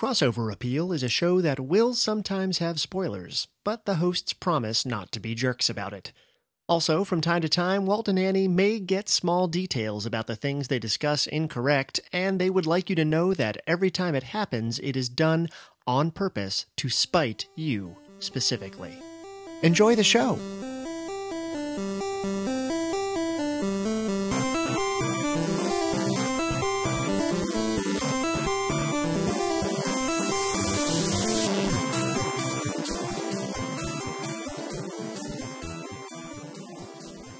Crossover Appeal is a show that will sometimes have spoilers, but the hosts promise not to be jerks about it. Also, from time to time, Walt and Annie may get small details about the things they discuss incorrect, and they would like you to know that every time it happens, it is done on purpose to spite you specifically. Enjoy the show!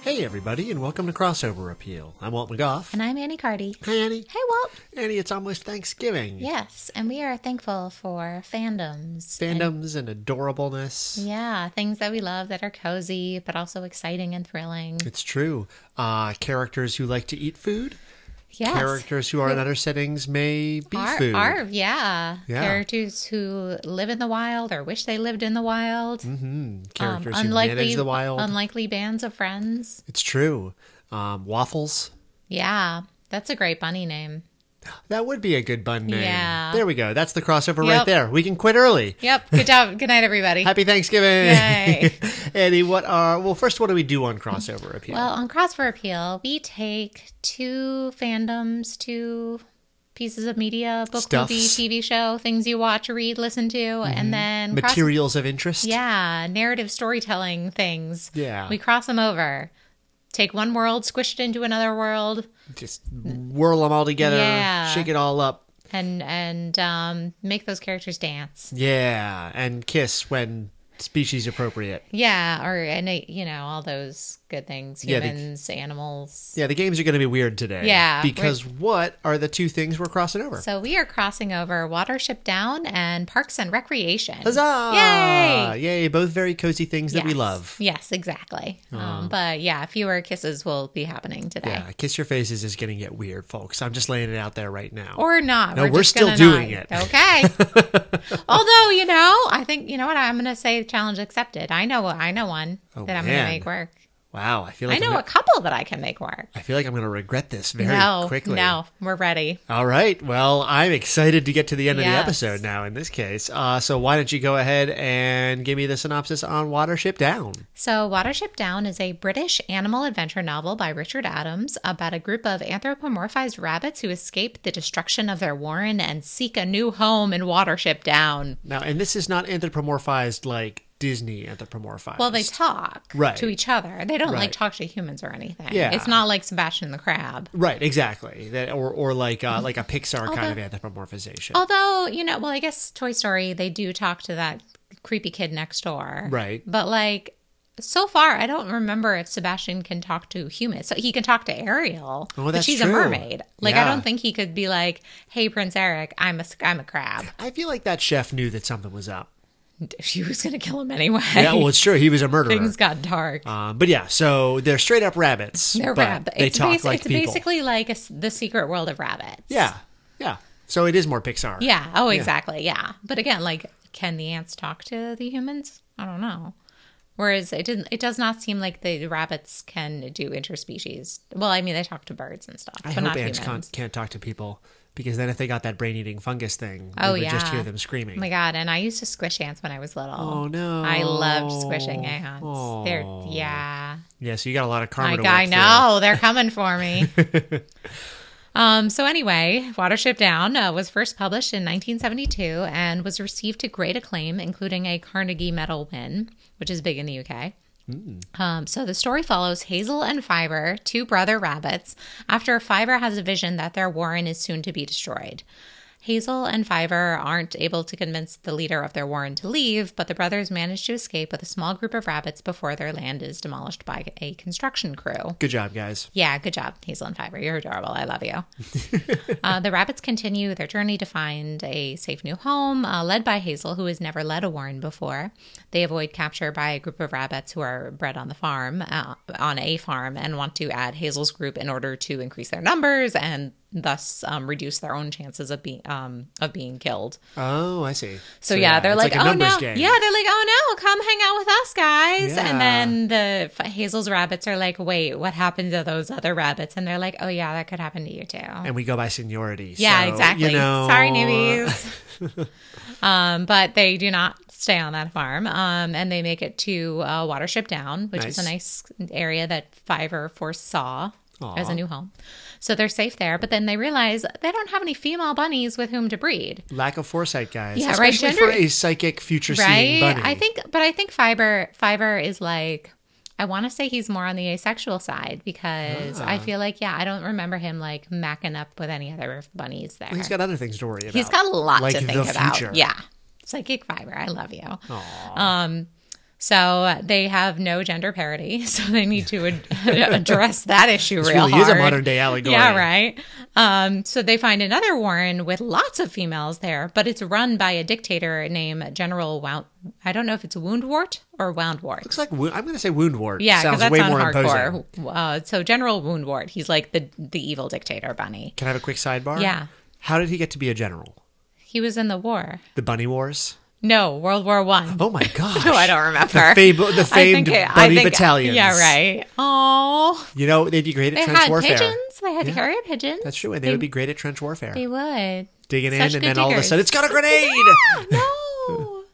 Hey, everybody, and welcome to Crossover Appeal. I'm Walt McGough. And I'm Annie Cardy. Hi, Annie. Hey, Walt. Annie, it's almost Thanksgiving. Yes, and we are thankful for fandoms. Fandoms and adorableness. And- yeah, things that we love that are cozy, but also exciting and thrilling. It's true. Uh, characters who like to eat food. Yes. Characters who are in other settings may be Are, food. are, um, yeah. Yeah. Characters who live in the wild or wish they lived in the wild. hmm Um, Characters who manage the wild. unlikely bands of friends. it's true. Um, waffles. Yeah, that's a great bunny name. That would be a good bun name. Yeah. There we go. That's the crossover right Yep. there. We can quit early. Yep. Good job. Good night, everybody. Happy Thanksgiving. Yay. Annie, what are, well, first, what do we do on crossover appeal? Well, on Cross for Appeal, we take two fandoms, two pieces of media, book, Stuffs. Mm-hmm. movie, TV show, things you watch, read, listen to, and then cross- Materials of interest. yeah, narrative storytelling things. Yeah. we cross them over. Take one world, squish it into another world, Just whirl them all together, Yeah. shake it all up. and and um, make those characters dance. Yeah. And kiss when species appropriate. Yeah, or and uh, you know all those good things, Yeah, the- humans, animals. Yeah, the games are going to be weird today. Yeah, Because what are the two things we're crossing over? So we are crossing over Watership Down and Parks and Recreation. Huzzah! Yay! Yay! Both very cozy things that we Yes. love. Yes, exactly. Um, but yeah, fewer kisses will be happening today. Yeah, kiss your faces is going to get weird, folks. I'm just laying it out there right now. Or not. No, we're just still gonna doing not. it. Okay. Although, you know, I think, you know what? I'm going to say challenge accepted. I know I know one Oh, that I'm going man. to make work. wow, I feel I like I know am a couple that I can make work. I feel like I'm going to regret this very no, quickly. no, we're ready. All right. Well, I'm excited to get to the end of the Yes. episode now. In this case, uh, so why don't you go ahead and give me the synopsis on Watership Down? So, Watership Down is a British animal adventure novel by Richard Adams about a group of anthropomorphized rabbits who escape the destruction of their warren and seek a new home in Watership Down. Now, and this is not anthropomorphized like Disney anthropomorphized. Well, they talk Right. to each other. They don't Right. like talk to humans or anything. Yeah. It's not like Sebastian the Crab. Right, exactly. That or or like Mm-hmm. uh, like a Pixar kind Although- of anthropomorphization. Although, you know, well, I guess Toy Story, they do talk to that creepy kid next door. Right. But like, so far, I don't remember if Sebastian can talk to humans. So he can talk to Ariel, Oh, but that's she's true. a mermaid. Like, Yeah. I don't think he could be like, "Hey, Prince Eric, I'm a I'm a crab." I feel like that chef knew that something was up. She was gonna kill him anyway. Yeah, well, it's true. He was a murderer. Things got dark. Um, but yeah, so they're straight up rabbits. They're but rabbits. They it's talk basi- like it's people. basically like a s the secret world of rabbits. yeah, yeah. So it is more Pixar. Yeah. Oh, exactly. Yeah. But again, like, can the ants talk to the humans? I don't know. Whereas it didn't. It does not seem like the rabbits can do interspecies. Well, I mean, they talk to birds and stuff, I but hope not ants humans. can't, can't talk to people because then if they got that brain-eating fungus thing, Oh, we would just yeah. hear them oh screaming. my god! And I used to squish ants when I was little. Oh, no. I loved squishing ants. They're Oh. yeah. yeah, so you got a lot of karma. My to god, I work know they're coming for me. um. So anyway, Watership Down uh, was first published in 1972 and was received to great acclaim, including a Carnegie Medal win, which is big in the UK. Um, so the story follows Hazel and Fiber, two brother rabbits, after Fiber has a vision that their warren is soon to be destroyed. Hazel and Fiver aren't able to convince the leader of their warren to leave, but the brothers manage to escape with a small group of rabbits before their land is demolished by a construction crew. Good job, guys. Yeah, good job, Hazel and Fiver. You're adorable. I love you. uh, the rabbits continue their journey to find a safe new home, uh, led by Hazel, who has never led a warren before. They avoid capture by a group of rabbits who are bred on the farm, uh, on a farm, and want to add Hazel's group in order to increase their numbers and thus um, reduce their own chances of being um, of being killed. Oh, I see. So yeah, they're it's like, a oh numbers no, game. yeah, they're like, oh no, come hang out with us guys. Yeah. And then the f- Hazel's rabbits are like, wait, what happened to those other rabbits? And they're like, oh yeah, that could happen to you too. and we go by seniority. yeah, so, exactly. You know, Sorry, newbies. um, but they do not stay on that farm, um, and they make it to uh, Watership Down, which is a nice area that Fiverr foresaw as Aw. a new home. So they're safe there, but then they realize they don't have any female bunnies with whom to breed. Lack of foresight, guys. Yeah, right, Especially gender- for a psychic future seeing right bunny. i think but i think fiber fiber is like i want to say he's more on the asexual side because i feel like yeah i don't remember him like macking up with any other bunnies there he's got other things to worry about. He's got a lot like to the think about future. yeah psychic fiber i love you um so they have no gender parity so they need to ad- address that issue This real really hard is a modern day allegory. yeah, right. Um, so they find another warren with lots of females there, but it's run by a dictator named General Wound. I don't know if it's Woundwort or Woundwort. Looks like wo- I'm going to say wound wart. Yeah, because sounds that way sounds more imposing. hardcore. Uh, so General Woundwort, he's like the the evil dictator bunny. Can I have a quick sidebar? Yeah. How did he get to be a general? He was in the war. The bunny wars. No, World War One. Oh my gosh. No, I don't remember. The, fab- the famed bunny battalions. Yeah, right. Oh, You know they'd be great at they trench had warfare. pigeons. They had Yeah. carrier pigeons. That's true, and they, would be great at trench warfare. They would. Digging in, such and then good all of a diggers. sudden, it's got a grenade. Yeah, no.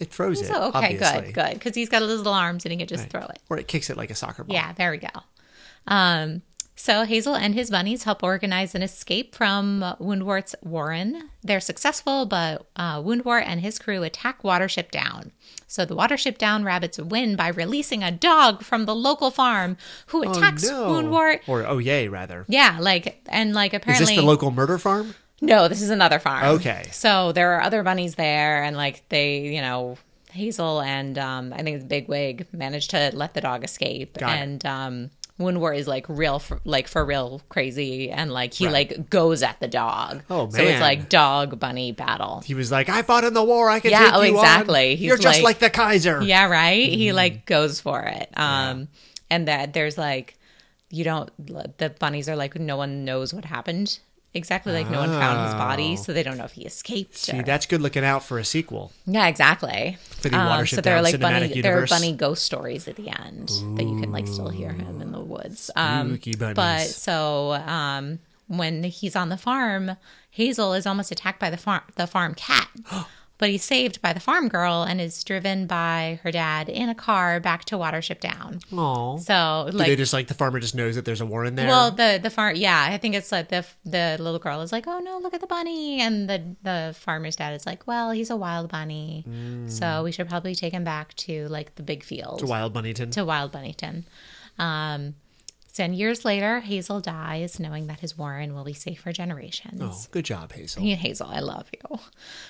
It throws it. So okay, obviously. good, good, because he's got his little arms and he can just throw it. Or it kicks it like a soccer ball. Yeah, there we go. Um, so Hazel and his bunnies help organize an escape from uh, Woundwort's Warren. They're successful, but uh, Woundwort and his crew attack Watership Down. So the Watership Down rabbits win by releasing a dog from the local farm who Oh, attacks no. Woundwort. Or oh yay, rather. Yeah, like and like Is apparently this the local murder farm? no, this is another farm. Okay. So there are other bunnies there, and like they, you know, Hazel and um, I think it's Big Wig managed to let the dog escape, Got it. and um, Woonwar is like real, for, like for real crazy, and like he Right. like goes at the dog. Oh, So man. it's like dog bunny battle. He was like, I fought in the war. I can Yeah, take oh, you on. exactly. He's You're just like like- the Kaiser. Yeah, right. Mm-hmm. He like goes for it. Um, and that there's like you don't the bunnies are like no one knows what happened exactly. Like no one found his body, Oh. so they don't know if he escaped. See, or- that's good looking out for a sequel. Yeah, exactly. Um, For the Watership there Down are like bunny, cinematic there are universe. bunny ghost stories at the end that you can like still hear him in the woods. Um, Spooky bunnies. but so um, when he's on the farm, Hazel is almost attacked by the farm the farm cat, but he's saved by the farm girl and is driven by her dad in a car back to Watership Down. Aw. So Do they like. just like the farmer just knows that there's a war in there? Well, the the farm, yeah, I think it's like the the little girl is like, oh no, look at the bunny, and the the farmer's dad is like, well, he's a wild bunny, so we should probably take him back to like the big field the Mm. Wild Bunnington. to Wild Bunnington. Um, so, and years later, Hazel dies, knowing that his Warren will be safe for generations. Oh, good job, Hazel. Yeah, Hazel, I love you.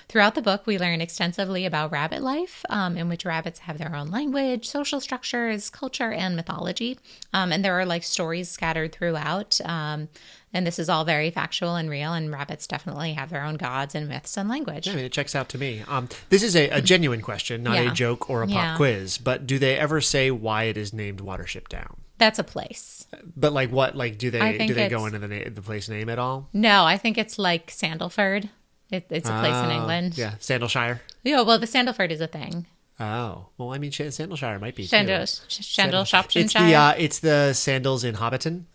Throughout the book, we learn extensively about rabbit life, um, in which rabbits have their own language, social structures, culture, and mythology. Um, and there are like stories scattered throughout. Um, and this is all very factual and real. And rabbits definitely have their own gods and myths and language. I mean, it checks out to me. Um, this is a, a genuine question, not Yeah. a joke or a pop Yeah. quiz. But do they ever say why it is named Watership Down? That's a place. But like, what like do they think do they go it's- into the na- the place name at all? No, I think it's like Sandalford. It, it's a place in Oh, England. Yeah, Sandleshire. Yeah, well, the Sandalford is a thing. Oh, well, I mean, Sh- Sandleshire might be. too. Sandal, Shandel, It's the uh, it's the sandals in Hobbiton,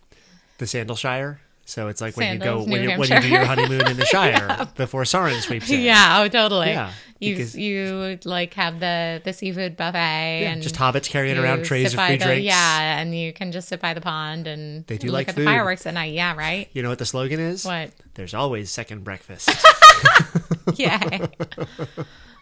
the Sandleshire. So it's like when Sandals, you go when New you, when you do your Hampshire. honeymoon in the Shire before Sauron sweeps in. Yeah, oh, totally. Yeah, you because- you like have the the seafood buffet and just hobbits carrying you around trays sit of by free the, drinks. Yeah, and you can just sit by the pond and They do look like at food. the fireworks at night. Yeah, right. You know what the slogan is? What? There's always second breakfast. Yeah,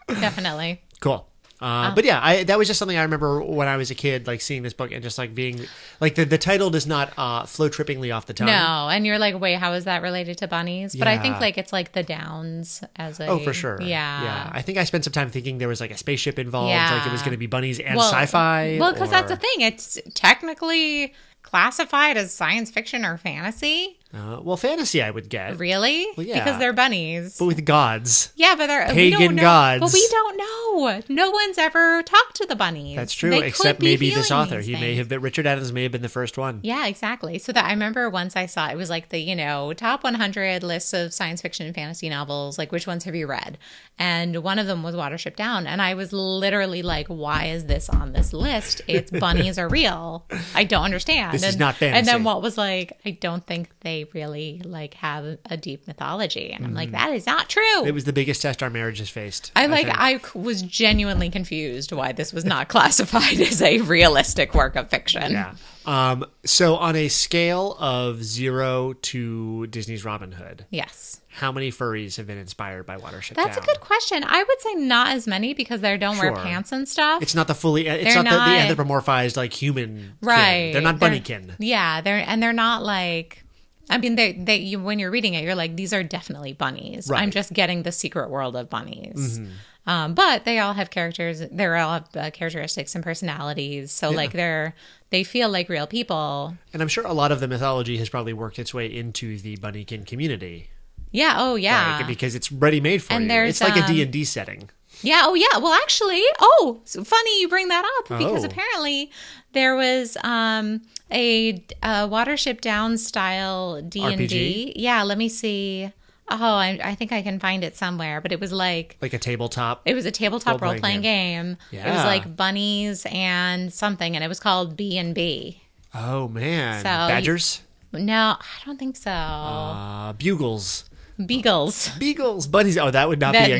definitely. cool. Ah. Uh, but yeah, I, that was just something I remember when I was a kid, like seeing this book and just like being like the, the title does not uh, flow trippingly off the tongue. No, and you're like, wait, how is that related to bunnies? But I think Yeah. like it's like the downs as a Oh, for sure. Yeah, Yeah. I think I spent some time thinking there was like a spaceship involved, like it was Yeah. going to be bunnies and sci-fi. Well, because that's or- the thing; it's technically classified as science fiction or fantasy. Uh, well, fantasy I would get, Really? yeah. Because they're bunnies. but with gods. Yeah, but they're we Pagan don't know, gods. But we don't know. No one's ever talked to the bunnies. That's true, They could except be maybe this feeling author. these He may things. have been Richard Adams may have been the first one. Yeah, exactly. So that I remember once I saw it was like the you know top 100 lists of science fiction and fantasy novels. Like which ones have you read? And one of them was Watership Down, and I was literally like, why is this on this list? It's bunnies are real. I don't understand. This and, is not And fantasy. then Walt was like, I don't think they they really like have a deep mythology. And I'm Mm. like, that is not true. It was the biggest test our marriage has faced. I like. think. I, c- was genuinely confused why this was not classified as a realistic work of fiction. yeah. Um, so on a scale of zero to Disney's Robin Hood, Yes, how many furries have been inspired by Watership that's Down? a good question. I would say not as many because they don't Sure. wear pants and stuff. It's not the fully. It's They're not, the, the not- anthropomorphized like human. right. They're not bunnykin. yeah, they're and they're not like. I mean, they they you, when you're reading it, you're like, these are definitely bunnies. Right. Mm-hmm. I'm just getting the secret world of bunnies. Um, but they all have characters. They are all have uh, characteristics and personalities. So like they're they feel like real people. And I'm sure a lot of the mythology has probably worked its way into the bunnykin community. Yeah. Oh yeah. Like, because it's ready made for And you. It's there's, like a um, D&D setting. Yeah. Oh, yeah. Well, actually, oh, so funny you bring that up because Oh. apparently there was um a, uh Watership Down style D and D. RPG? Yeah. Let me see. Oh, I, I think I can find it somewhere. But it was like Like a tabletop. it was a tabletop role Role-playing playing game. It was Yeah. like bunnies and something, and it was called B and B. oh, man. So you- Badgers? No, I don't think so. Uh, bugles. Beagles. Beagles. Bunnies. Oh, that would not That- be a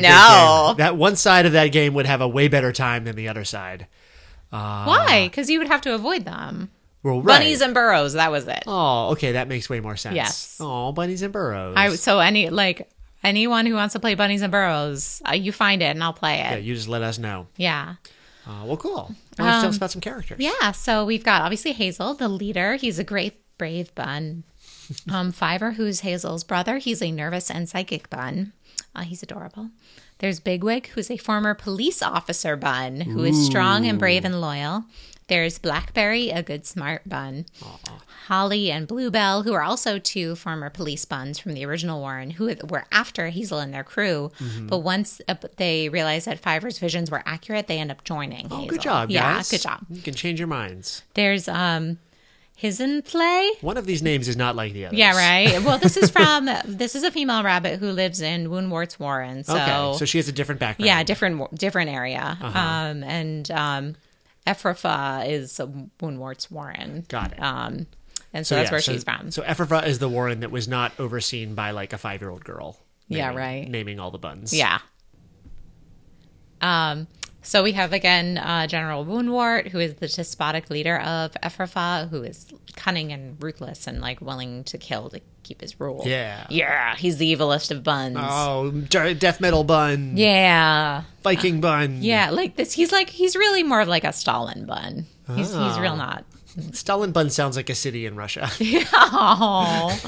good no. game. That one side of that game would have a way better time than the other side. Why? Because you would have to avoid them. Well, uh, right. Bunnies and burrows. That was it. Oh, okay. That makes way more sense. Yes. Oh, bunnies and burrows. I so any like anyone who wants to play bunnies and burrows, uh, you find it and I'll play yeah, it. you just let us know. Yeah. Uh, well, cool. Now let's tell us about some characters. Um, yeah, So we've got obviously Hazel, the leader. He's a great brave bun. Um, Fiver, who's Hazel's brother, he's a nervous and psychic bun. Uh, he's adorable. There's Bigwig, who's a former police officer bun, who is strong and brave and loyal. There's Blackberry, a good smart bun. Holly and Bluebell, who are also two former police buns from the original Warren, who were after Hazel and their crew. Mm-hmm. But once uh, they realized that Fiver's visions were accurate, they end up joining. Oh, Hazel. good job, Yeah, guys. good job. You can change your minds. There's um his in play. One of these names is not like the other. Yeah, right. Well, this is from this is a female rabbit who lives in Woundwarts Warren. So, Okay, so Uh-huh. she has a different background. yeah, different different area. Um and um Ephrafa is Woundwarts Warren. Got it. Um and so, that's yeah, where so- she's from. So Ephrafa is the Warren that was not overseen by like a five year old girl. Yeah, naming- right. Naming all the buns. Yeah. Um, so we have again uh, General Woundwart, who is the despotic leader of Ephrafa, who is cunning and ruthless and like willing to kill to keep his rule. Yeah. Yeah, he's the evilest of buns. Oh, d- death metal bun, Yeah. Viking bun, Yeah, like this he's like he's really more of like a Stalin bun. He's he's Oh. real not. Stalin bun sounds like a city in Russia. Oh.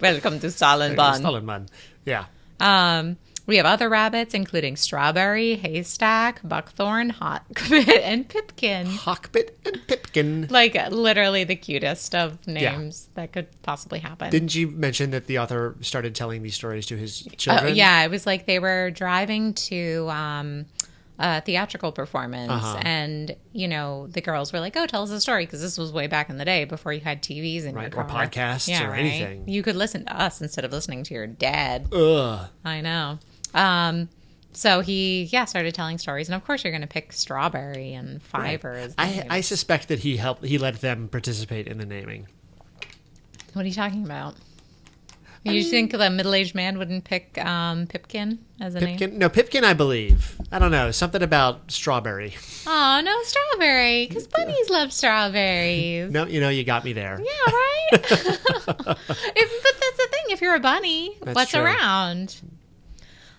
Welcome to Stalin bun. Stalin bun. Yeah. Um, we have other rabbits, including Strawberry, Haystack, Buckthorn, Hot, and Pipkin. Hockbit and Pipkin. Like literally the cutest of names that could possibly happen. Didn't you mention that the author started telling these stories to his Oh, children? yeah, it was like they were driving to um, a theatrical performance, Uh-huh. and you know the girls were like, "Oh, tell us a story," because this was way back in the day before you had TVs and Right, or podcasts or anything. You could listen to us instead of listening to your dad. Ugh. I know. Um, so he, yeah, started telling stories, and of course, you're going to pick Strawberry and Fiver. As the I, name. I suspect that he helped. He let them participate in the naming. what are you talking about? You think the middle-aged man wouldn't pick um, Pipkin as a name? Pipkin, no, Pipkin. I believe. I don't know. Something about strawberry. Oh no, Strawberry, because bunnies love strawberries. No, you know, you got me there. Yeah, right. if, but that's the thing. If you're a bunny, That's what's true. around?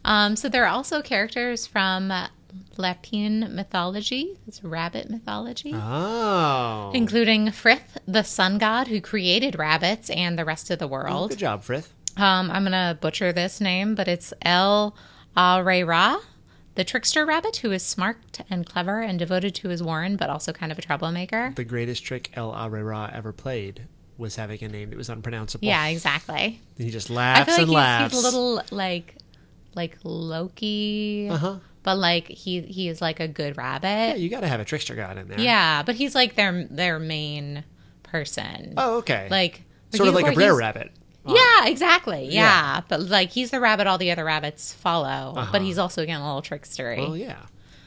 Um, so there are also characters from uh, Lapine mythology. It's rabbit mythology. Oh. including Frith, the sun god who created rabbits and the rest of the world. Good job, Frith. Um, I'm going to butcher this name, but it's El Arera, the trickster rabbit who is smart and clever and devoted to his warren, but also kind of a troublemaker. The greatest trick El Arera ever played was having a name that was unpronounceable. Yeah, exactly. And he just I laughs feel and like laughs. he's, he's a little like like Loki, Uh-huh. but like he he is like a good Yeah, rabbit. you got to have a trickster god in there. Yeah, but he's like their their main person. Oh, okay. Like but sort of he's- like a or brer he's- rabbit. Yeah, exactly. Yeah. Yeah. But like he's the rabbit all the other rabbits follow. Uh-huh. But he's also again a little trickstery. Well, yeah.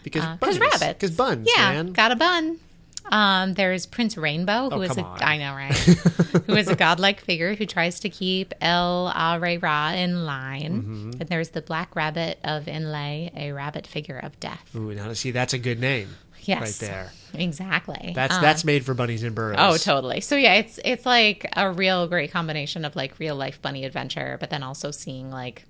Because Uh, buns. 'cause rabbits. Because buns, yeah, man. got a bun. Um, there's Prince Rainbow, who Oh, is come a on. I know, right? who is a godlike figure who tries to keep El Re Ra in line. Mm-hmm. And there's the Black Rabbit of Enlai, a rabbit figure of death. Ooh, now see, that's a good name. Yes. Right there. Exactly. That's Um, that's made for bunnies and burrows. Oh, totally. So yeah, it's it's like a real great combination of like real life bunny adventure, but then also seeing like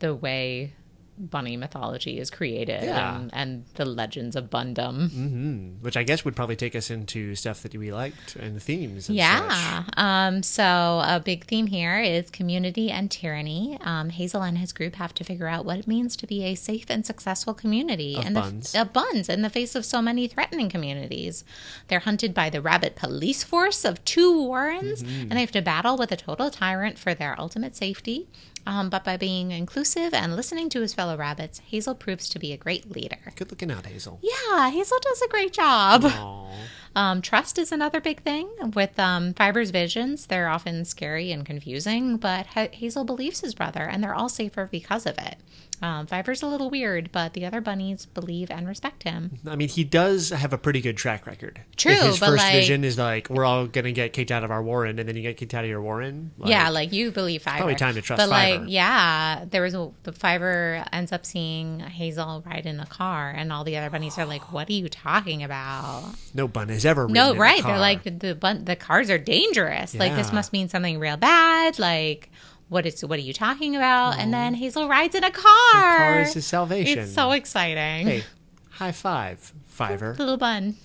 the way bunny mythology is created Yeah. and, and the legends of Bundom. Mm, Which I guess would probably take us into stuff that we liked and themes. And Yeah. Um, so a big theme here is community and tyranny. Um, Hazel and his group have to figure out what it means to be a safe and successful community Of in buns. The, uh, buns in the face of so many threatening communities. They're hunted by the rabbit police force of two warrens, Mm-hmm. and they have to battle with a total tyrant for their ultimate safety. Um, but by being inclusive and listening to his fellow rabbits, Hazel proves to be a great leader. Such. Good looking out, Hazel. Yeah, Hazel does a great job. Aw. Um, trust is another big thing with um, Fiber's visions. They're often scary and confusing, but ha- Hazel believes his brother, and they're all safer because of it. Um, Fiber's a little weird, but the other bunnies believe and respect him. I mean, he does have a pretty good track record. True, If his but, first like- vision is like, we're all gonna get kicked out of our warren, and then you get kicked out of your warren. Like, yeah, like you believe Fiber. probably time to trust But like, Fiber. yeah, there was a, the Fiber ends up seeing Hazel ride in a car, and all the other bunnies are like, "What are you talking about?" No bun has ever. No, ridden in a right. car. They're like the the, bun- the cars are dangerous. Like this Yeah. must mean something real bad. Like what is what are you talking about? And then Hazel rides in a car. car is his salvation. It's so exciting. hey, high five, Fiver. Little bun.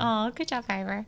Oh, good job, Fiver.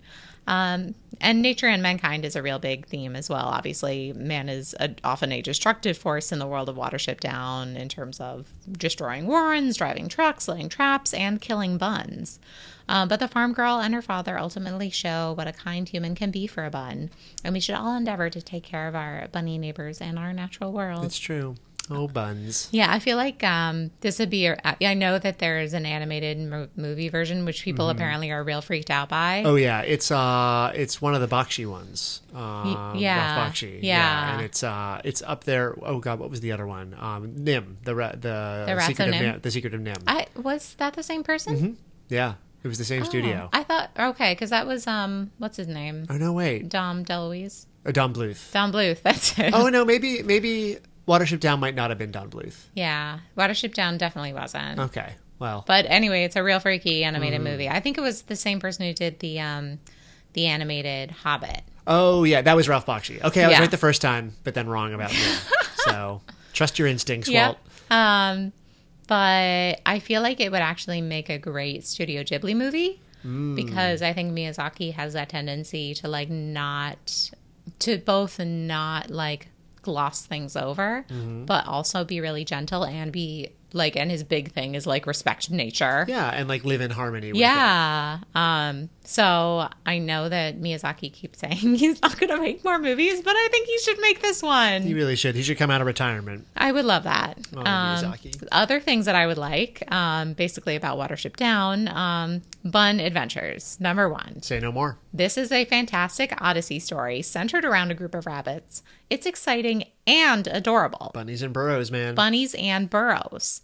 Um, and nature and mankind is a real big theme as well. Obviously, man is a, often a destructive force in the world of Watership Down in terms of destroying warrens, driving trucks, laying traps, and killing buns. Um, but the farm girl and her father ultimately show what a kind human can be for a bun, and we should all endeavor to take care of our bunny neighbors and our natural world. It's true. Oh, buns. Yeah, I feel like um, this would be. A, I know that there is an animated mo- movie version, which people apparently are real freaked out by. Mm-hmm. Oh yeah, it's uh, it's one of the Bakshi ones. Um, yeah, Ralph Bakshi. yeah. and it's uh, it's up there. Oh god, what was the other one? Um, Nim, the ra- the, The Wrath secret of of Nim? Nim, the secret of Nim. I Oh. was that the same person? Mm-hmm. yeah, it was the same studio. I thought okay, because that was um, what's his name? oh no, wait, Dom DeLuise, oh, Don Bluth. Dom Bluth. That's it. oh no, maybe maybe Watership Down might not have been Don Bluth. Yeah, Watership Down definitely wasn't. Okay, well, But anyway, it's a real freaky animated Mm-hmm. movie. I think it was the same person who did the um, the animated Hobbit. oh yeah, that was Ralph Bakshi. Okay, I was Yeah. right the first time, but then wrong about Nim. so trust your instincts, Walt. Um, but I feel like it would actually make a great Studio Ghibli movie Mm. because I think Miyazaki has that tendency to like not to both not like gloss things over, Mm-hmm. but also be really gentle and be like and his big thing is like respect nature. Yeah, and like live in harmony. With it. Yeah. Um, so I know that Miyazaki keeps saying he's not going to make more movies, but I think he should make this one. he Oh, really should. He should come out of retirement. I would love that. Um, Miyazaki. Other things that I would like, um, basically about Watership Down, um, Bun Adventures, number one. Say no more. This is a fantastic Odyssey story centered around a group of rabbits. It's exciting and adorable. Bunnies and burrows, man. Bunnies and burrows.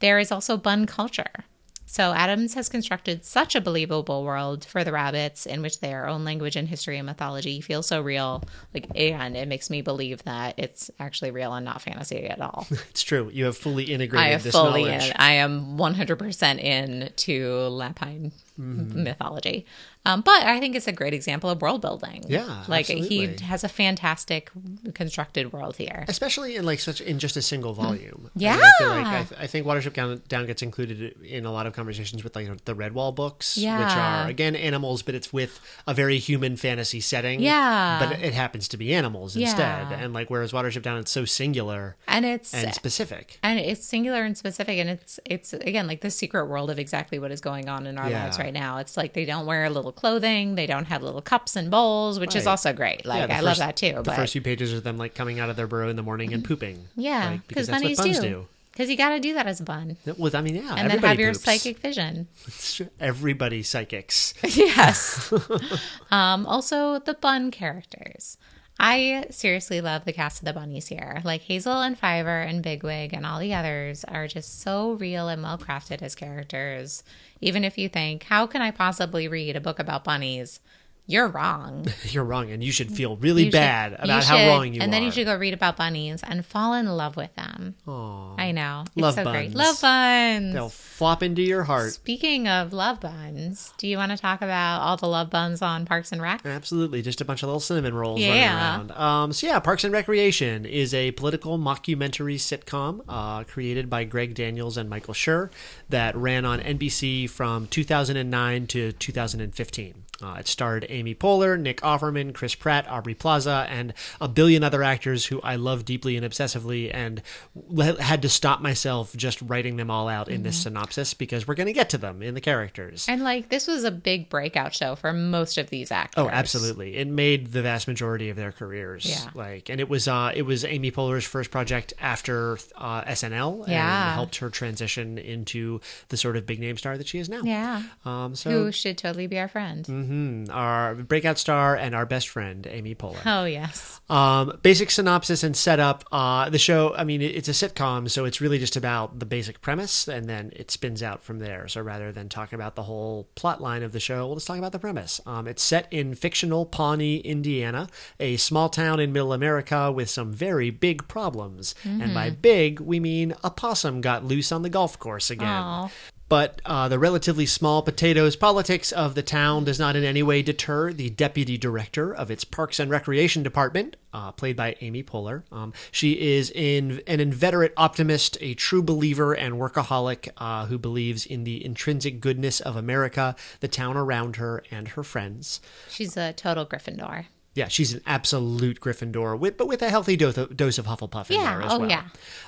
There is also bun culture. So Adams has constructed such a believable world for the rabbits in which their own language and history and mythology feel so real. Like and it makes me believe that it's actually real and not fantasy at all. It's true. You have fully integrated I am this fully knowledge. in. I am 100% in to Lapine Mm-hmm. mythology. Um, but I think it's a great example of world building. Yeah, Like he absolutely. has a fantastic constructed world here. Especially in like such in just a single volume. I mean, Mm. Yeah. I, feel like I, th- I think Watership Down, Down gets included in a lot of conversations with like the Redwall books, which Yeah. are again animals, but it's with a very human fantasy setting. Yeah. but it happens to be animals instead. Yeah. And like whereas Watership Down, it's so singular And it's and specific. and it's singular and specific and it's it's again like the secret world of exactly what is going on in our Yeah. lives right now it's like they don't wear little clothing they don't have little cups and bowls which is Right. also great like Yeah, i the love first- that too The but Mm. first few pages are them like coming out of their burrow in the morning and pooping. yeah like, because because that's what bunnies buns do do. because you got to do that as a bun Well, I mean, yeah, and then everybody have your poops. psychic vision Everybody psychics. yes um also the bun characters I seriously love the cast of the bunnies here. Like Hazel and Fiver and Bigwig and all the others are just so real and well crafted as characters. Even if you think, how can I possibly read a book about bunnies? You're wrong. You're wrong, and you should feel really You should- bad you about how should- wrong you are. And then you should go read about bunnies and fall in love with them. Aw. I know. It's Love so buns. great. Love buns. They'll flop into your heart. Speaking of love buns, do you want to talk about all the love buns on Parks and Rec? Absolutely, just a bunch of little cinnamon rolls Yeah. running around. Um, so yeah, Parks and Recreation is a political mockumentary sitcom uh, created by Greg Daniels and Michael Schur that ran on NBC from 2009 to 2015. Uh, it starred Amy Poehler, Nick Offerman, Chris Pratt, Aubrey Plaza, and a billion other actors who I love deeply and obsessively, and le- had to stop myself just writing them all out in this synopsis because we're going to get to them in the characters. And like this was a big breakout show for most of these actors. Oh, absolutely! It made the vast majority of their careers. Yeah. Like, and it was uh, it was Amy Poehler's first project after uh, SNL, Yeah. and helped her transition into the sort of big name star that she is now. Yeah. Um. So, Who should totally be our friend? mhm, our breakout star and our best friend, Amy Poehler. Oh, yes. Um, basic synopsis and setup. Uh, the show, I mean, it- it's a sitcom, so it's really just about the basic premise, and then it spins out from there. So rather than talk about the whole plot line of the show, let's talk about the premise. Um, it's set in fictional Pawnee, Indiana, a small town in middle America with some very big problems. And by big, we mean a possum got loose on the golf course again. Aw. But uh, the relatively small potatoes politics of the town does not in any way deter the deputy director of its Parks and Recreation Department, uh, played by Amy Poehler. Um, she is in, an inveterate optimist, a true believer, and workaholic uh, who believes in the intrinsic goodness of America, the town around her, and her friends. She's a total Gryffindor. Yeah, she's an absolute Gryffindor, with, but with a healthy dose of, dose of Hufflepuff in Yeah, there as oh, well. yeah.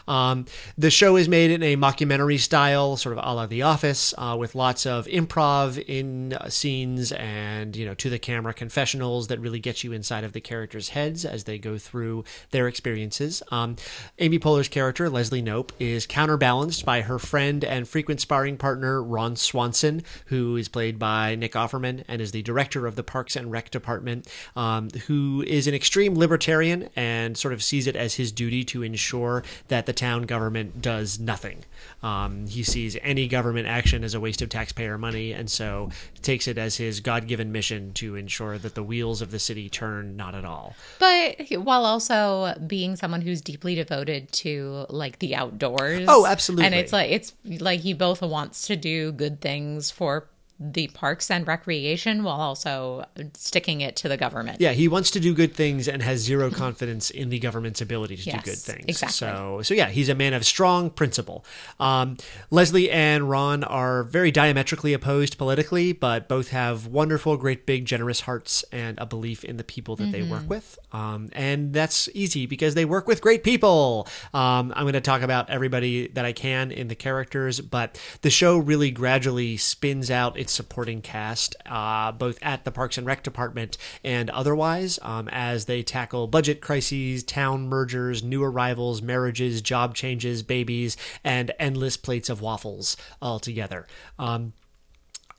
Um, the show is made in a mockumentary style, sort of a la The Office, uh, with lots of improv in uh, scenes and you know to the camera confessionals that really get you inside of the characters' heads as they go through their experiences. Um, Amy Poehler's character Leslie Nope is counterbalanced by her friend and frequent sparring partner Ron Swanson, who is played by Nick Offerman and is the director of the Parks and Rec Department, um, who is an extreme libertarian and sort of sees it as his duty to ensure that the town government does nothing. Um, he sees any government action as a waste of taxpayer money and so takes it as his God given mission to ensure that the wheels of the city turn not at all. But while also being someone who's deeply devoted to like the outdoors. Oh, absolutely. And it's like it's like he both wants to do good things for the parks and recreation while also sticking it to the government. Yeah, he wants to do good things and has zero confidence in the government's ability to Mm-hmm. Yes, do good things. exactly. So, so yeah, he's a man of strong principle. Um, Leslie and Ron are very diametrically opposed politically, but both have wonderful, great, big, generous hearts and a belief in the people that they Mm-hmm. work with. Um, and that's easy because they work with great people. Um, I'm going to talk about everybody that I can in the characters, but the show really gradually spins out its supporting cast, uh, both at the Parks and Rec Department and otherwise, um, as they tackle budget crises, town mergers, new arrivals, marriages, job changes, babies, and endless plates of waffles all together. Um,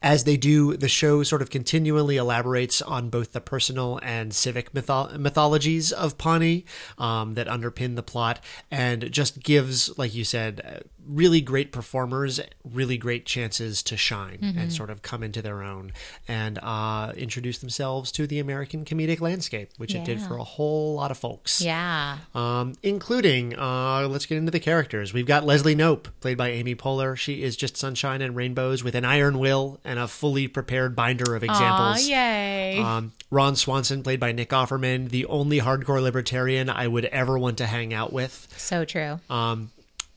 as they do, the show sort of continually elaborates on both the personal and civic mytho- mythologies of Pawnee um, that underpin the plot and just gives, like you said, uh, really great performers really great chances to shine and sort of come into their own and uh, introduce themselves to the American comedic landscape, which it did Yeah. for a whole lot of folks Yeah. um, including uh, let's get into the characters. We've got Leslie Nope, played by Amy Poehler. She is just sunshine and rainbows with an iron will and a fully prepared binder of Aw, examples. yay. Um, Ron Swanson, played by Nick Offerman, the only hardcore libertarian I would ever want to hang out with. so true. Um,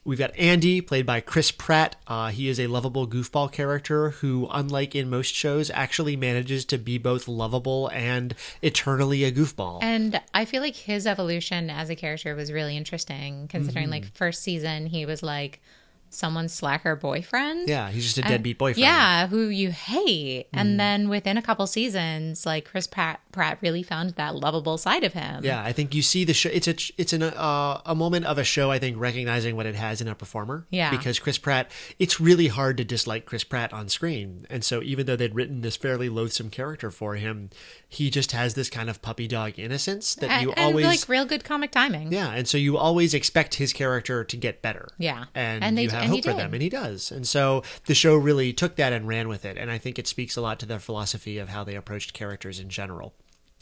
we've got Andy, played by Chris Pratt. Uh, he is a lovable goofball character who, unlike in most shows, actually manages to be both lovable and eternally a goofball. And I feel like his evolution as a character was really interesting, considering Mm-hmm. like first season he was like someone's slacker boyfriend. yeah, he's just a deadbeat boyfriend. Mm-hmm. Yeah, who you hate. And then within a couple seasons, like Chris Pratt Pratt really found that lovable side of him. Yeah, I think you see the show. It's a it's an uh, a moment of a show. I think recognizing what it has in a performer. Yeah. Because Chris Pratt, it's really hard to dislike Chris Pratt on screen, and so even though they'd written this fairly loathsome character for him, he just has this kind of puppy dog innocence that And, you and, always like real good comic timing. yeah, and so you always expect his character to get better. Yeah. and, And they- you have and he hope for did. them, and he does. And so the show really took that and ran with it, and I think it speaks a lot to their philosophy of how they approached characters in general.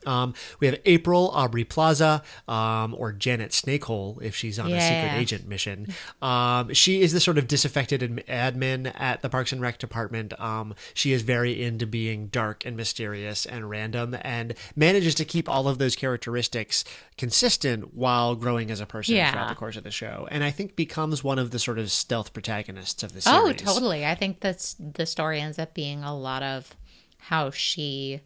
Um, we have April Aubrey Plaza, um, or Janet Snakehole, if she's on a Yeah. secret agent mission. Um, she is the sort of disaffected adm- admin at the Parks and Rec department. Um, she is very into being dark and mysterious and random, and manages to keep all of those characteristics consistent while growing as a person Yeah. throughout the course of the show. And I think becomes one of the sort of stealth protagonists of the series. Oh, totally. I think that's the story ends up being a lot of how she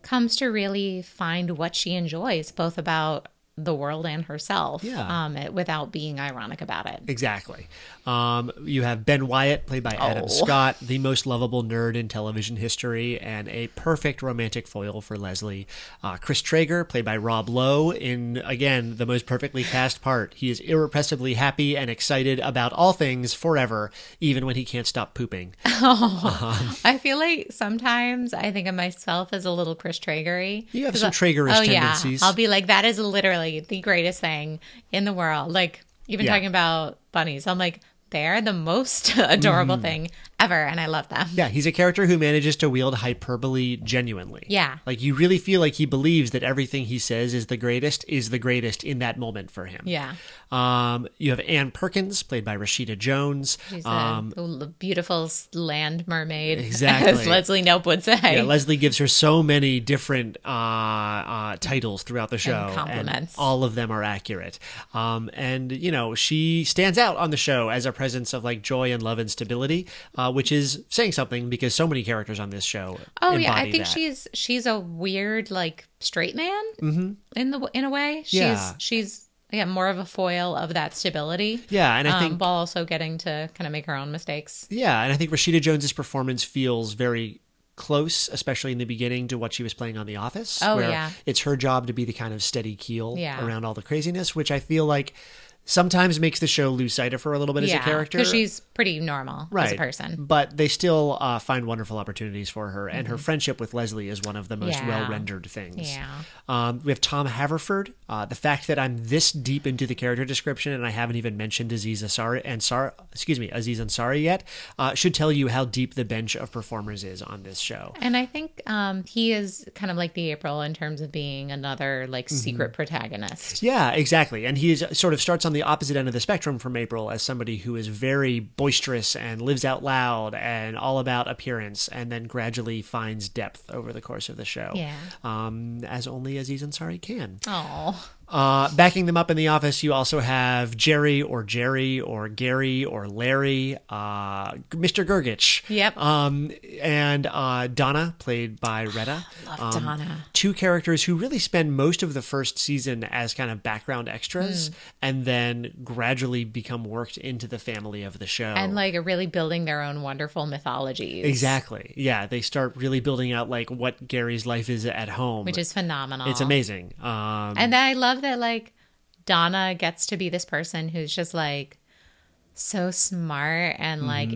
comes to really find what she enjoys, both about the world and herself. Yeah. Um, it, without being ironic about it. Exactly. Um, you have Ben Wyatt, played by Adam Oh. Scott, the most lovable nerd in television history and a perfect romantic foil for Leslie. Uh, Chris Traeger, played by Rob Lowe, in, again, the most perfectly cast part. He is irrepressibly happy and excited about all things forever, even when he can't stop pooping. I feel like sometimes I think of myself as a little Chris Traegery. You have 'Cause some I- Traegerish oh, tendencies. Yeah. I'll be like, that is literally the greatest thing in the world. Like, even Yeah. talking about bunnies, I'm like, they're the most Mm-hmm. adorable thing ever, and I love them. Yeah, he's a character who manages to wield hyperbole genuinely. Yeah. Like you really feel like he believes that everything he says is the greatest is the greatest in that moment for him. Yeah. Um, you have Anne Perkins, played by Rashida Jones. She's a Um, l- beautiful s- land mermaid, Exactly. as Leslie Nope would say. yeah, Leslie gives her so many different uh, uh, titles throughout the show, compliments. all of them are accurate. Um, and you know, she stands out on the show as a presence of like joy and love and stability, uh, which is saying something because so many characters on this show. oh yeah, I embody think that. she's she's a weird like straight man in the w- in a way. She's Mm-hmm. Yeah. she's yeah more of a foil of that stability. Yeah, and I um, think while also getting to kind of make her own mistakes. Yeah, and I think Rashida Jones's performance feels very close, especially in the beginning, to what she was playing on The Office. Oh, where yeah. It's her job to be the kind of steady keel Yeah. around all the craziness, which I feel like sometimes makes the show lose sight of her a little bit as a character. because she's pretty normal right. as a person. Mm-hmm. But they still uh, find wonderful opportunities for her, and her friendship with Leslie is one of the most Yeah. well rendered things. Yeah. Um, we have Tom Haverford. Uh, the fact that I'm this deep into the character description and I haven't even mentioned Aziz Ansari, Ansari excuse me, Aziz Ansari yet, uh, should tell you how deep the bench of performers is on this show. And I think um, he is kind of like the April in terms of being another like secret Mm-hmm. protagonist. Yeah, exactly. And he is, sort of starts on the opposite end of the spectrum from April as somebody who is very boisterous and lives out loud and all about appearance, and then gradually finds depth over the course of the show. Yeah. Um, as only Aziz Ansari can. Oh, Uh, backing them up in the office, you also have Jerry or Jerry or Gary or Larry, uh, Mr. Gergich. Yep. Um, and uh, Donna, played by Retta. love Um, Donna. Two characters who really spend most of the first season as kind of background extras Hmm. and then gradually become worked into the family of the show. and like really building their own wonderful mythologies. Oh. Exactly. Yeah, they start really building out like what Gary's life is at home. Which is phenomenal. it's amazing. Um, And then I love that like Donna gets to be this person who's just like so smart and Mm-hmm. like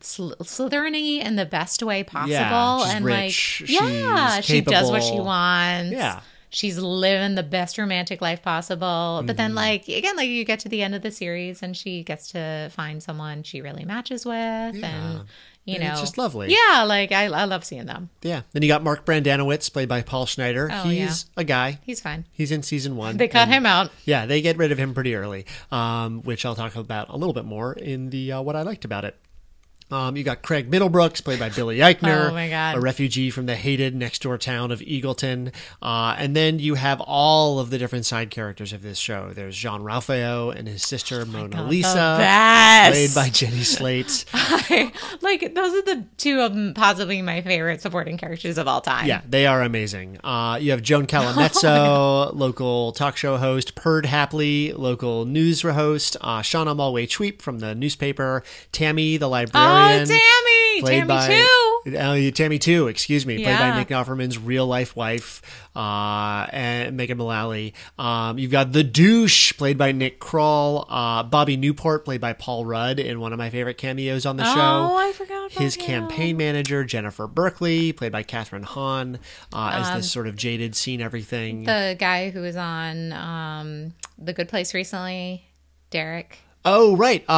sl- Slytherin-y in the best way possible. she's and rich, like, yeah, she's she does what she capable. wants. Yeah. She's living the best romantic life possible. But Mm-hmm. then, like, again, like you get to the end of the series and she gets to find someone she really matches with. And, you And know, it's just lovely. Yeah. Like, I, I love seeing them. Yeah. Then you got Mark Brandanowitz, played by Paul Schneider. Oh, He's a guy. He's fine. He's in season one. They cut And- him out. Yeah, they get rid of him pretty early, um, which I'll talk about a little bit more in the uh, what I liked about it. Um, you got Craig Middlebrooks, played by Billy Eichner, Oh, my God. a refugee from the hated next door town of Eagleton. Uh, and then you have all of the different side characters of this show. There's Jean Ralphio and his sister Mona Oh The Lisa, best. played by Jenny Slate. like those are the two of m- possibly my favorite supporting characters of all time. Yeah, they are amazing. Uh, you have Joan Calamezzo, local talk show host, Perd Hapley, local news host, uh, Shauna Mulway Tweep from the newspaper, Tammy the Oh, librarian. Tammy, played Tammy by too. Uh, Tammy Two, excuse me, played by Yeah. Nick Offerman's real life wife, uh, and Megan Mullally. Um, you've got the douche, played by Nick Kroll. Uh, Bobby Newport, played by Paul Rudd, in one of my favorite cameos on the show. Oh, I forgot about His him. campaign manager, Jennifer Berkeley, played by Catherine Hahn, uh, as this sort of jaded scene everything. Um, The guy who was on um, The Good Place recently, Derek, oh, right. what's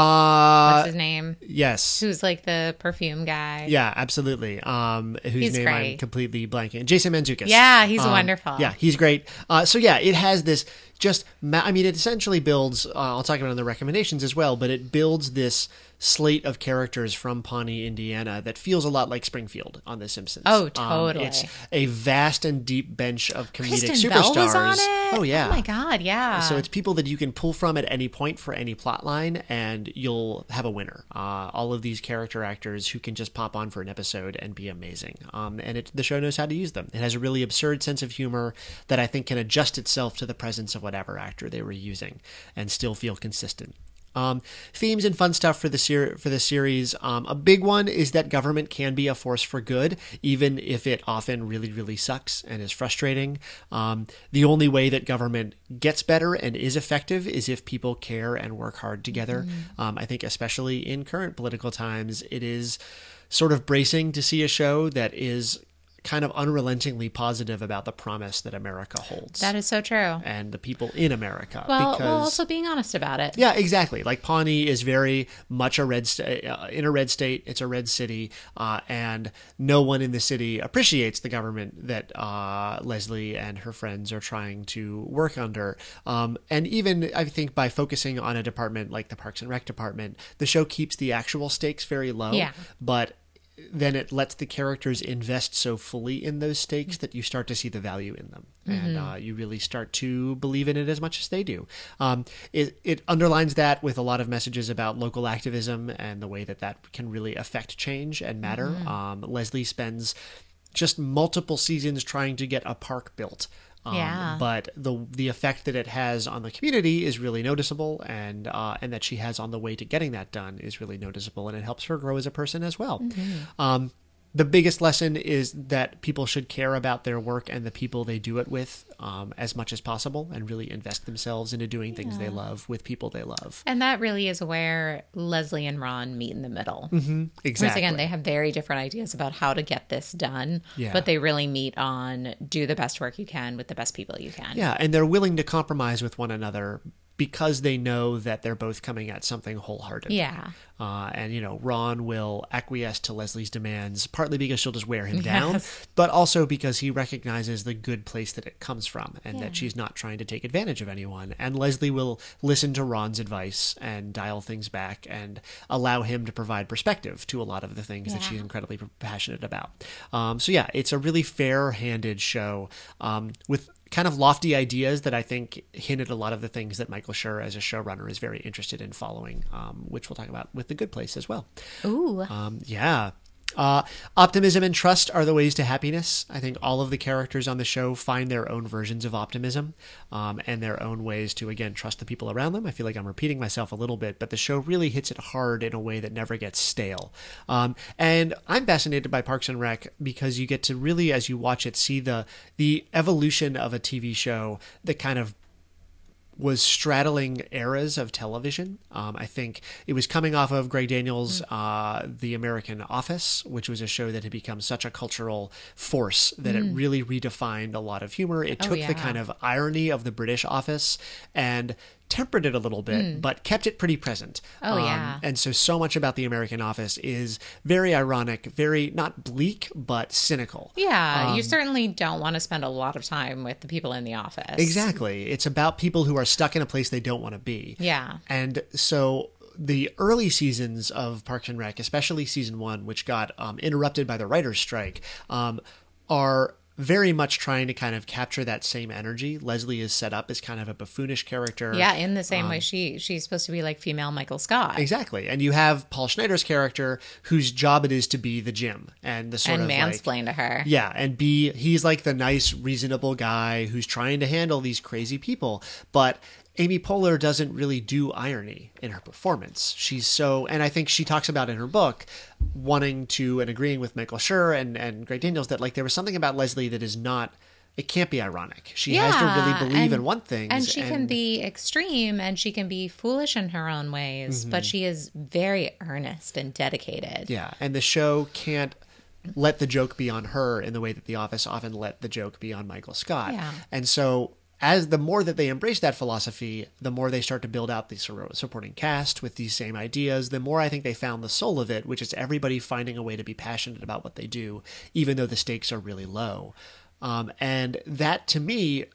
Uh, his name? yes. Who's like the perfume guy. Yeah, absolutely. Um, whose He's name I'm great. completely blanking. Jason Manzukis. Yeah, he's wonderful. Yeah, he's great. Uh, so yeah, it has this just. Ma- I mean, it essentially builds. Uh, I'll talk about it in the recommendations as well, but it builds this slate of characters from Pawnee, Indiana, that feels a lot like Springfield on The Simpsons. Oh, Um, totally. it's a vast and deep bench of comedic Kristen superstars. Bell was on it. Oh yeah. Oh my god, yeah. So it's people that you can pull from at any point for any plot line, and you'll have a winner. Uh, all of these character actors who can just pop on for an episode and be amazing. Um, and it, the show knows how to use them. It has a really absurd sense of humor that I think can adjust itself to the presence of whatever actor they were using and still feel consistent. Um, themes and fun stuff for the ser- for the series. Um, a big one is that government can be a force for good, even if it often really really sucks and is frustrating. Um, the only way that government gets better and is effective is if people care and work hard together. Mm. Um, I think especially in current political times, it is sort of bracing to see a show that is kind of unrelentingly positive about the promise that America holds that is so true. and the people in America. Well, well, also being honest about it. Yeah, exactly. Like Pawnee is very much a red sta uh, in a red state. It's a red city, uh, and no one in the city appreciates the government that uh, Leslie and her friends are trying to work under. Um, and even I think by focusing on a department like the Parks and Rec department, the show keeps the actual stakes very low. Yeah. but. Then it lets the characters invest so fully in those stakes that you start to see the value in them and uh, you really start to believe in it as much as they do. Um, it, it underlines that with a lot of messages about local activism and the way that that can really affect change and matter. Um, Leslie spends just multiple seasons trying to get a park built. Um, Yeah. But the the effect that it has on the community is really noticeable, and uh, and that she has on the way to getting that done is really noticeable, and it helps her grow as a person as well. Mm-hmm. Um, the biggest lesson is that people should care about their work and the people they do it with um, as much as possible, and really invest themselves into doing things they love with people they love. And that really is where Leslie and Ron meet in the Mm-hmm. middle. Exactly. Once again, they have very different ideas about how to get this done, Yeah. but they really meet on do the best work you can with the best people you can. Yeah, and they're willing to compromise with one another because they know that they're both coming at something wholehearted. Yeah. Uh, and you know, Ron will acquiesce to Leslie's demands, partly because she'll just wear him down, but also because he recognizes the good place that it comes from, and that she's not trying to take advantage of anyone. And Leslie will listen to Ron's advice and dial things back and allow him to provide perspective to a lot of the things that Yeah. she's incredibly passionate about. Um, so yeah, it's a really fair-handed show um, with kind of lofty ideas that I think hint at a lot of the things that Michael Schur as a showrunner is very interested in following, um, which we'll talk about with The Good Place as well. Ooh. Um, yeah. Uh, optimism and trust are the ways to happiness. I think all of the characters on the show find their own versions of optimism um, and their own ways to, again, trust the people around them. I feel like I'm repeating myself a little bit, but the show really hits it hard in a way that never gets stale. Um, and I'm fascinated by Parks and Rec because you get to really, as you watch it, see the the evolution of a TV show that kind of was straddling eras of television. Um, I think it was coming off of Greg Daniels' Mm. uh, The American Office, which was a show that had become such a cultural force that it really redefined a lot of humor. It took Mm. Oh, yeah. the kind of irony of the British office and tempered it a little bit, but kept it pretty present. Mm. Um, Oh, yeah. And so, so much about The American Office is very ironic, very not bleak, but cynical. Yeah, Um, you certainly don't want to spend a lot of time with the people in the office. Exactly. It's about people who are stuck in a place they don't want to be. Yeah. And so the early seasons of Parks and Rec, especially season one, which got um, interrupted by the writer's strike, um, are very much trying to kind of capture that same energy. Leslie is set up as kind of a buffoonish character. Yeah, in the same Um, way she she's supposed to be like female Michael Scott. Exactly. And you have Paul Schneider's character whose job it is to be the gym and the sort and of like, mansplain to her. Yeah, and B, he's like the nice, reasonable guy who's trying to handle these crazy people, but Amy Poehler doesn't really do irony in her performance. She's so, and I think she talks about in her book wanting to and agreeing with Michael Schur and and Greg Daniels that like there was something about Leslie that is not. It can't be ironic. She has Yeah, to really believe and- in one thing, And she can be extreme and she can be foolish in her own ways, but Mm-hmm. she is very earnest and dedicated. Yeah, and the show can't let the joke be on her in the way that The Office often let the joke be on Michael Scott. Yeah. And so, as the more that they embrace that philosophy, the more they start to build out the sur- supporting cast with these same ideas, the more I think they found the soul of it, which is everybody finding a way to be passionate about what they do, even though the stakes are really low. Um, and that to me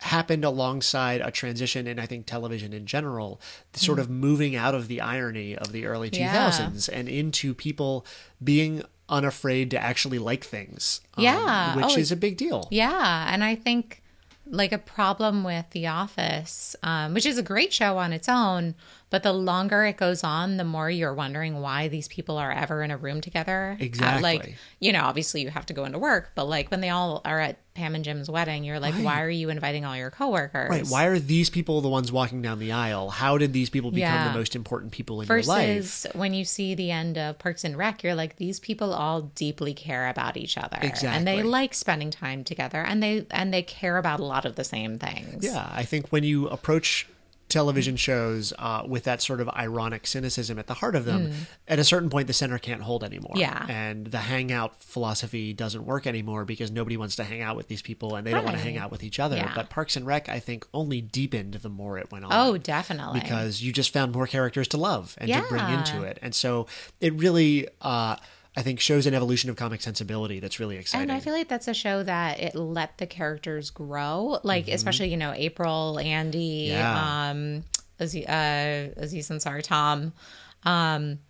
happened alongside a transition in I think television in general, sort of moving out of the irony of the early two Mm. Yeah. thousands and into people being unafraid to actually like things. um, Yeah. which Oh, is a big deal. Yeah, and I think like a problem with The Office, um, which is a great show on its own, but the longer it goes on, the more you're wondering why these people are ever in a room together. Uh, Exactly. like, you know, obviously you have to go into work, but like when they all are at Pam and Jim's wedding, you're like, why are you inviting all your coworkers? Right. Why are these people the ones walking down the aisle? How did these people become Yeah. the most important people in your life? Versus when you see the end of Parks and Rec, you're like, these people all deeply care about each other, and Exactly. they like spending time together, and they and they care about a lot of the same things. Yeah, I think when you approach television shows uh, with that sort of ironic cynicism at the heart of them, at a certain point, the center can't hold anymore. Hmm. Yeah. And the hangout philosophy doesn't work anymore because nobody wants to hang out with these people and they don't want to Right. hang out with each other. Yeah. But Parks and Rec, I think, only deepened the more it went on. Oh, definitely. Because you just found more characters to love and to bring Yeah. into it. And so it really. Uh, I think shows an evolution of comic sensibility that's really exciting. and Oh, I feel like that's a show that it let the characters grow, like especially you know April, Andy, Mm-hmm. Yeah. um, Aziz, uh, Aziz Ansari, Tom. Um,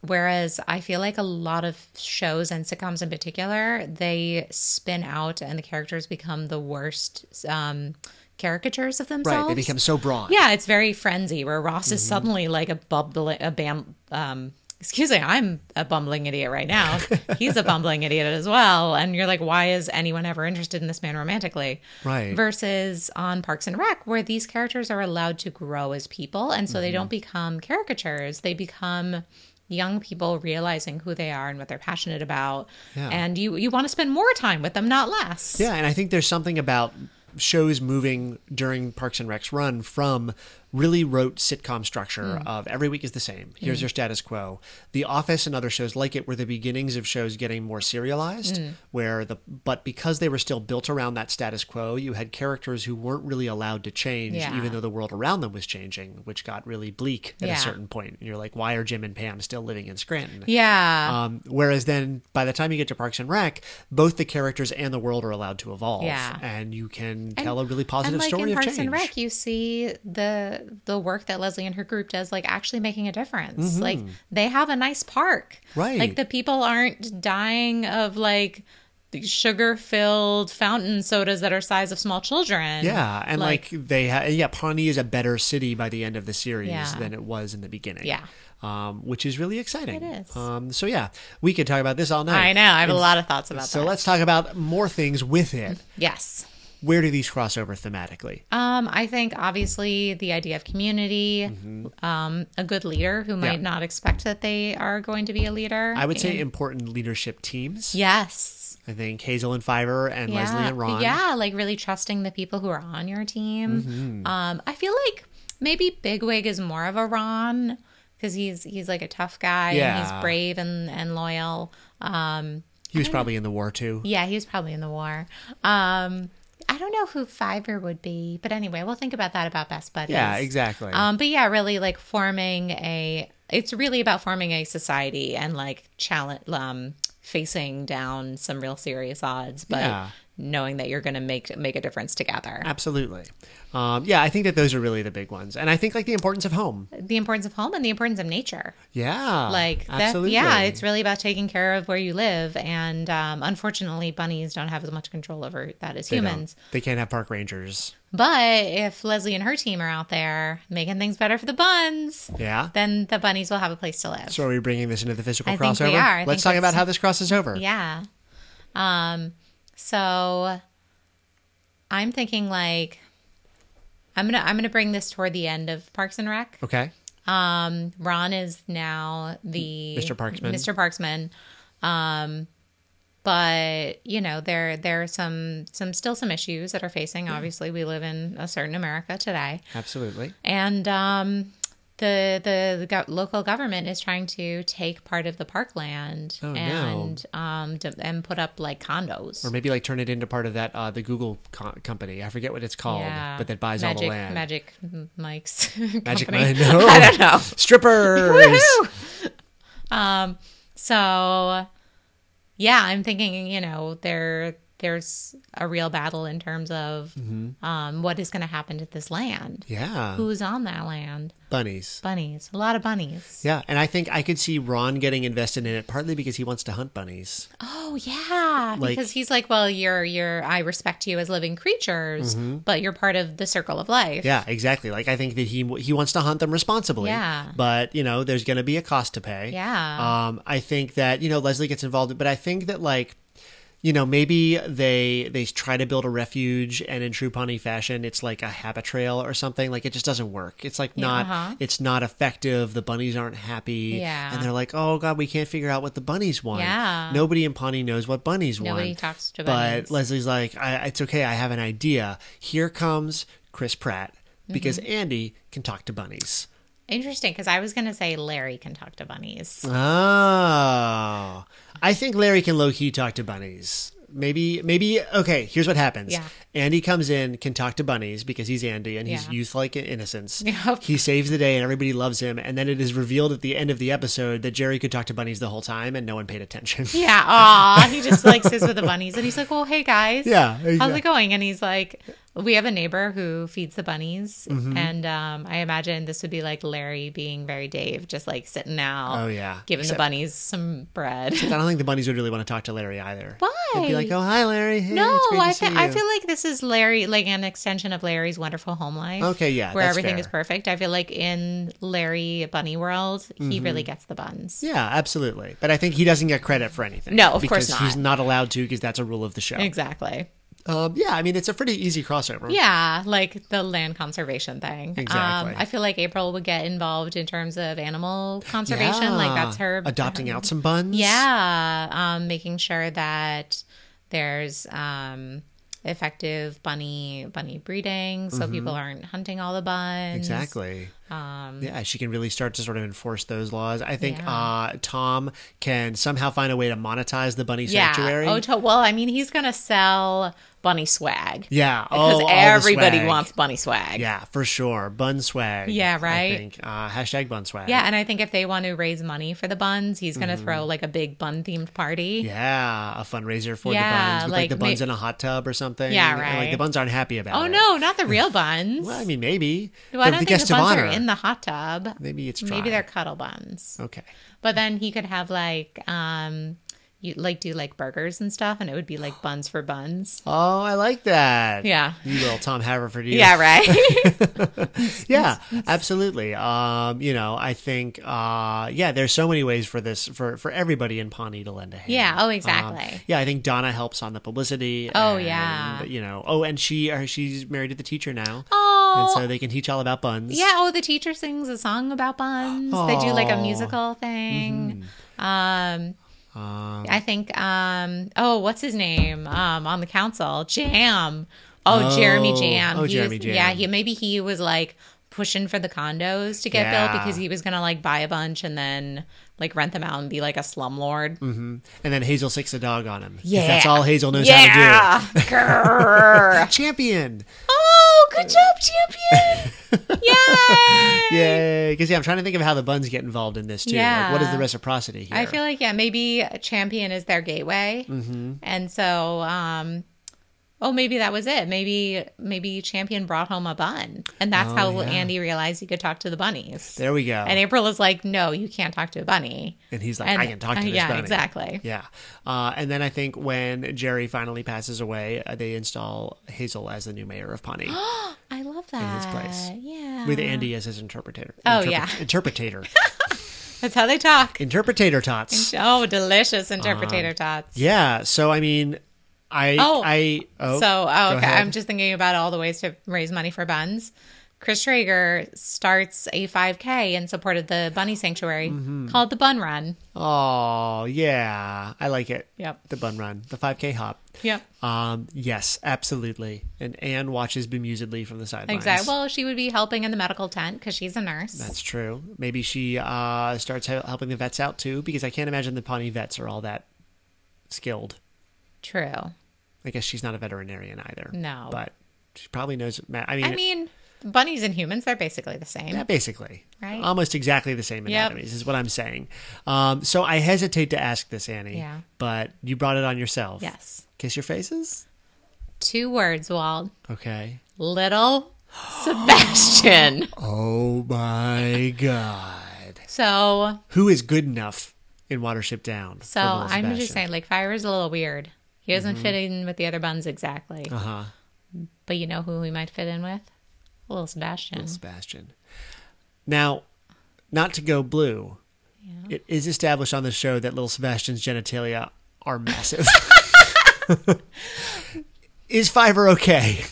whereas I feel like a lot of shows and sitcoms in particular, they spin out and the characters become the worst um, caricatures of themselves. right, they become so broad. Yeah, it's very frenzy where Ross Mm-hmm. is suddenly like a bubbling, a bam, um, excuse me, I'm a bumbling idiot right now. He's a bumbling idiot as well. And you're like, why is anyone ever interested in this man romantically? Right. Versus on Parks and Rec, where these characters are allowed to grow as people. And so Mm-hmm. they don't become caricatures, they become young people realizing who they are and what they're passionate about. Yeah. And you, you want to spend more time with them, not less. Yeah, and I think there's something about shows moving during Parks and Rec's run from really rote sitcom structure Mm. of every week is the same. Here's your status quo. The Office and other shows like it were the beginnings of shows getting more serialized Mm. where the but because they were still built around that status quo, you had characters who weren't really allowed to change Yeah. even though the world around them was changing, which got really bleak at a Yeah. certain point. And you're like, why are Jim and Pam still living in Scranton? Yeah. Um, whereas then, by the time you get to Parks and Rec, both the characters and the world are allowed to evolve, Yeah. and you can tell a really positive and like story in of Parks change. and Rec, you see the the work that Leslie and her group does, like actually making a difference. Like they have a nice park, Mm-hmm. Right. Like the people aren't dying of like sugar filled fountain sodas that are size of small children. yeah, and like, they, ha- yeah, Pawnee is a better city by the end of the series Yeah. than it was in the beginning. Yeah. um, which is really exciting. It is. Um, so yeah, we could talk about this all night. I know. I have a lot of thoughts about So that. let's talk about more things with it. Yes. Where do these cross over thematically? Um, I think obviously the idea of community, Mm-hmm. um, a good leader who might not expect that they are going to be a leader. I would say And- important leadership teams. yes. I think Hazel and Fiverr and Leslie and Ron. Yeah, like really trusting the people who are on your team. Mm-hmm. Um, I feel like maybe Bigwig is more of a Ron because he's he's like a tough guy and Yeah. he's brave and and loyal. Um, He was probably in the war too. yeah, he was probably in the war. Um, I don't know who Fiverr would be, but anyway, we'll think about that about Best Buddies. Yeah, exactly. Um, but yeah, really like forming a. It's really about forming a society and like challenge, um, facing down some real serious odds, but Yeah. knowing that you're going to make make a difference together. Absolutely. Um, yeah, I think that those are really the big ones. And I think like the importance of home. The importance of home and the importance of nature. Yeah. Like that, yeah, it's really about taking care of where you live, and um, unfortunately, bunnies don't have as much control over that as They don't- humans. They can't have park rangers. But if Leslie and her team are out there making things better for the buns, Yeah. then the bunnies will have a place to live. So are we bringing this into the physical I crossover? think we are. I Let's think talk about that's- how this crosses over. Yeah. Um, so I'm thinking like I'm gonna I'm gonna bring this toward the end of Parks and Rec. Okay. Um, Ron is now the Mr. Parksman. Mr. Parksman. Um, but you know there there are some some still some issues that are facing. Obviously, we live in a certain America today, Absolutely. and um, the the, the go- local government is trying to take part of the parkland Oh, no. and um d- and put up like condos. Or maybe like turn it into part of that uh, the Google co- company. I forget what it's called, Yeah. but that buys magic, all the land. Magic Mike's Magic company. Mike, no. I don't know. Strippers. Um, so yeah, I'm thinking, you know, there there's a real battle in terms of um, what is going to happen to this land. Mm-hmm. Yeah. Who's on that land? Bunnies. Bunnies. A lot of bunnies. Yeah, and I think I could see Ron getting invested in it partly because he wants to hunt bunnies. Oh yeah, Like- because he's like, well, you're you're I respect you as living creatures, but you're part of the circle of life. Mm-hmm. Yeah, exactly. Like I think that he he wants to hunt them responsibly. Yeah. But you know, there's going to be a cost to pay. Yeah. Um, I think that you know Leslie gets involved, but I think that like. You know, maybe they they try to build a refuge, and in true Pawnee fashion, it's like a habit trail or something. Like it just doesn't work. It's like not uh-huh. it's not effective. The bunnies aren't happy, Yeah. and they're like, "Oh God, we can't figure out what the bunnies want." Yeah. nobody in Pawnee knows what bunnies want. Nobody talks to bunnies. But Leslie's like, I, it's okay. I have an idea. Here comes Chris Pratt because Mm-hmm. Andy can talk to bunnies. Interesting, because I was gonna say Larry can talk to bunnies. Oh, I think Larry can low key talk to bunnies. Maybe, maybe. Okay, here's what happens. Yeah. Andy comes in, can talk to bunnies because he's Andy and he's Yeah. youth like innocence. Yep. He saves the day and everybody loves him. And then it is revealed at the end of the episode that Jerry could talk to bunnies the whole time and no one paid attention. Yeah, aw, he just like sits with the bunnies and he's like, "Well, hey guys, Yeah, how's exactly. it going?" And he's like, "We have a neighbor who feeds the bunnies, Mm-hmm. and um, I imagine this would be like Larry being very Dave, just like sitting out, Oh, yeah. giving the bunnies some bread." I don't think the bunnies would really want to talk to Larry either. Why? They'd be like, "Oh, hi, Larry. Hey, no, it's great to I, see fe- I you." feel like this is Larry, like an extension of Larry's wonderful home life. Okay, yeah, where that's everything fair. is perfect. I feel like in Larry Bunny World, he really gets the buns. Mm-hmm. Yeah, absolutely. But I think he doesn't get credit for anything. No, of because course not. He's not allowed to because that's a rule of the show. Exactly. Um, yeah, I mean, it's a pretty easy crossover. Yeah, like the land conservation thing. Um, Exactly. I feel like April would get involved in terms of animal conservation. Like Yeah. that's her um, adopting out some buns. Yeah, um, making sure that there's um, effective bunny bunny breeding, so people aren't hunting all the buns. Mm-hmm. Exactly. Um, Yeah, she can really start to sort of enforce those laws. I think Yeah. uh, Tom can somehow find a way to monetize the bunny yeah. sanctuary. Oh, to- well, I mean, he's gonna sell bunny swag yeah, because oh, all the everybody swag. wants bunny swag. Yeah, for sure, bun swag. Yeah, right? I think. Uh, hashtag bun swag. Yeah, and I think if they want to raise money for the buns, he's going to throw like a big bun themed party. Mm-hmm. Yeah, a fundraiser for Yeah, the buns with like, like, the buns may- in a hot tub or something. Yeah, And, Like right. the buns aren't happy about Oh it. no, not the real buns. Well, I mean, maybe. Well, I They're don't think guest the of buns honor. are in the hot tub. Maybe it's dry. Maybe they're cuddle buns. okay. But then he could have like um you like do like burgers and stuff and it would be like buns for buns. Oh, I like that. Yeah. You little Tom Haverford. You. Yeah, right. yeah, absolutely. Um, you know, I think, uh, yeah, there's so many ways for this for for everybody in Pawnee to lend a hand. Yeah, oh, Um, exactly. yeah, I think Donna helps on the publicity. Oh, and, yeah. You know, oh, and she or she's married to the teacher now, and oh. so they can teach all about buns. yeah, oh the teacher sings a song about buns. They do like a Oh. musical thing. Mm-hmm. Um Um, I think um oh what's his name um on the council Jam oh, Oh, Jeremy Jam oh, He Jeremy was- Jam. yeah he maybe he was like pushing for the condos to get Yeah. built because he was gonna like buy a bunch and then like rent them out and be like a slumlord and then Hazel sicks a dog on him. 'cause Yeah. Mm-hmm. that's all Hazel knows how yeah to Grrr. do. Champion. oh good job champion yay Yay! Because yeah, I'm trying to think of how the buns get involved in this too. Like, what is Yeah. the reciprocity here? I feel like yeah, maybe Champion is their gateway, mm-hmm. and so um, oh maybe that was it. Maybe maybe Champion brought home a bun, and that's how Oh, yeah. Andy realized he could talk to the bunnies. there we go. And April is like, no, you can't talk to a bunny. And he's like, And- I can talk to uh, this yeah, bunny. exactly. Yeah. Uh, and then I think when Jerry finally passes away, uh, they install Hazel as the new mayor of Pawnee I love that. his place. Yeah, with Andy as his interpreter. Oh, Interpre- yeah. Interpretator. that's how they talk. interpretator tots. Um, Oh, delicious interpretator tots. Yeah. So, I mean, I Oh. I oh so, oh, go okay. ahead. I'm just thinking about all the ways to raise money for buns. Chris Traeger starts a 5K in support of the bunny sanctuary Mm-hmm. called the Bun Run. oh yeah, I like it. Yep. The bun run, the 5K hop. Yep. Um, yes, absolutely. And Anne watches bemusedly from the sidelines. Exactly. Well, she would be helping in the medical tent because she's a nurse. That's true. Maybe she uh, starts hel- helping the vets out too, because I can't imagine the Pawnee vets are all that skilled. True. I guess she's not a veterinarian either. No. But she probably knows. ma- I mean, I mean, bunnies and humans, they're basically the same. yeah, basically. Right. Almost exactly the same Yep. anatomies is what I'm saying. Um, so I hesitate to ask this, Annie. Yeah. But you brought it on yourself. Yes. Kiss your faces? Two words, Wald. Okay. Little Sebastian. Oh my God. So, Who is good enough in Watership Down? so I'm just saying, like, Fire's a little weird. He doesn't Mm-hmm. fit in with the other buns exactly. Uh huh. But you know who he might fit in with? Little Sebastian. Sebastian. Now, not to go blue, it is established on the show that little Sebastian's genitalia are massive. is Fiverr okay?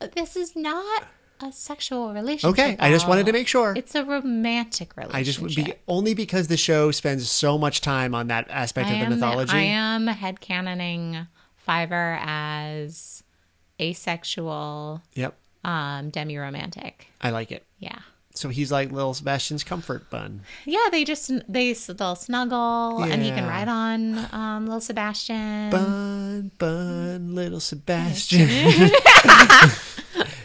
Uh, This is not a sexual relationship. Okay, I just wanted to though. make sure. uh, It's a romantic relationship. I just would be only because the show spends so much time on that aspect I of the am, mythology. I am headcanoning Fiverr as asexual, Yep, um, demi romantic. I like it. Yeah. So he's like little Sebastian's comfort bun. Yeah, they just they s- they'll snuggle and he can Yeah. ride on um, little Sebastian. Bun, bun, little Sebastian.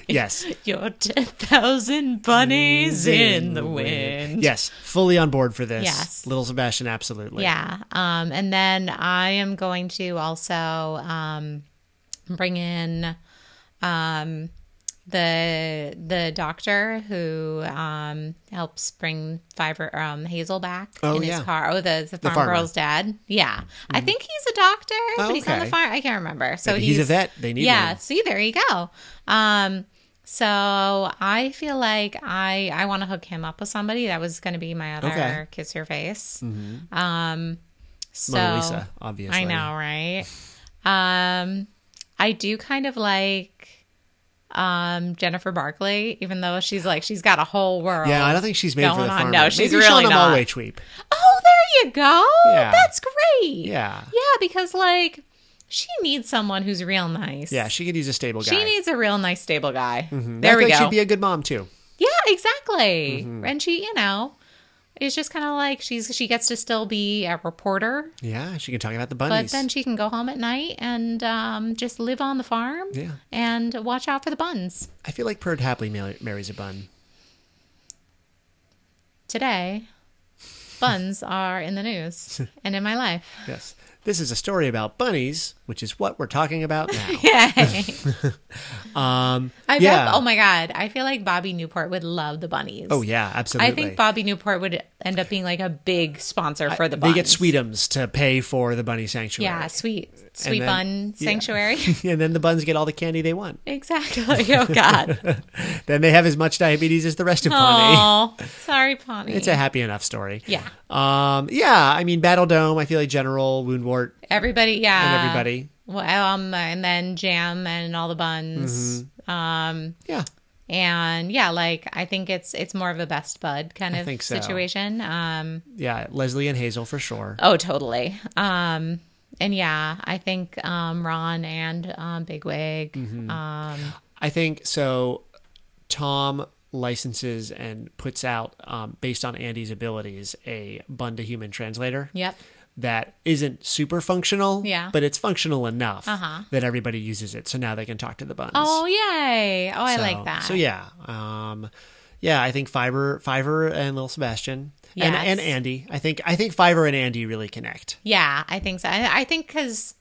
yes, Your ten thousand bunnies in the wind. Yes, fully on board for this. Yes. Little Sebastian, absolutely. Yeah. Um, and then I am going to also um, bring in um, the the doctor who um, helps bring Fiber um, Hazel back Oh, in yeah. his car. Oh, the, the farm farmer. Mm-hmm. girl's dad. Yeah. I think he's a doctor, but he's on the okay. farm. I can't remember. So Maybe he's, a vet. They need yeah, one. see, there you go. Um, so I feel like I I want to hook him up with somebody. That was going to be my other Okay. Mm-hmm. kiss your face. Um, so Mona Lisa, obviously. I know, right? Um, I do kind of like um Jennifer Barkley, even though she's like she's got a whole world. Yeah, I don't think she's made for Going the on. farm. No, she's Maybe really Shauna not. Mulway Tweep. Oh, there you go. Yeah. That's great. Yeah. yeah, because like she needs someone who's real nice. Yeah, she could use a stable guy. Mm-hmm. She needs a real nice, stable guy. I There feel we like go. She'd be a Mm-hmm. good mom too. yeah, exactly. And she, you know, it's just kind of like she's she gets to still be a reporter, Yeah, she can talk about the but bunnies. then she can go home at night and um, just live on the farm Yeah. and watch out for the buns. I feel like Perd happily mar- marries a bun. Today, buns are in the news and in my life. Yes. This is a story about bunnies, which is what we're talking about now. Yay! um, I yeah. bet, oh my god, I feel like Bobby Newport would love the bunnies. oh yeah, absolutely. I think Bobby Newport would end up being like a big sponsor for the they buns. get Sweetums to pay for the bunny sanctuary. Yeah, sweet, sweet then- bun yeah. sanctuary. and then the buns get all the candy they want. exactly. Oh God. Then they have as much diabetes as the rest of Pawnee. Oh, sorry, Pawnee. It's a happy enough story. Yeah. Um. Yeah. I mean, Battle Dome. I feel like General Woundwort everybody. Yeah, and everybody. Well, um, and then jam and all the Mm-hmm. buns. Um, Yeah. and yeah, like I think it's it's more of a best bud kind of think so. situation. Um, Yeah. Leslie and Hazel for sure. oh, totally. Um. And yeah, I think um, Ron and um, Big Wig. Mm-hmm. Um, I think so. Tom licenses and puts out, um, based on Andy's abilities, a bun to human translator. yep. That isn't super functional, Yeah. but it's functional enough Uh-huh. that everybody uses it. So now they can talk to the buns. Oh yay! Oh, I So- like that. So yeah, um, yeah, I think Fiverr, Fiverr, and Little Sebastian, and, Yes. and Andy. I think I think Fiverr and Andy really connect. Yeah, I think so. I, I think because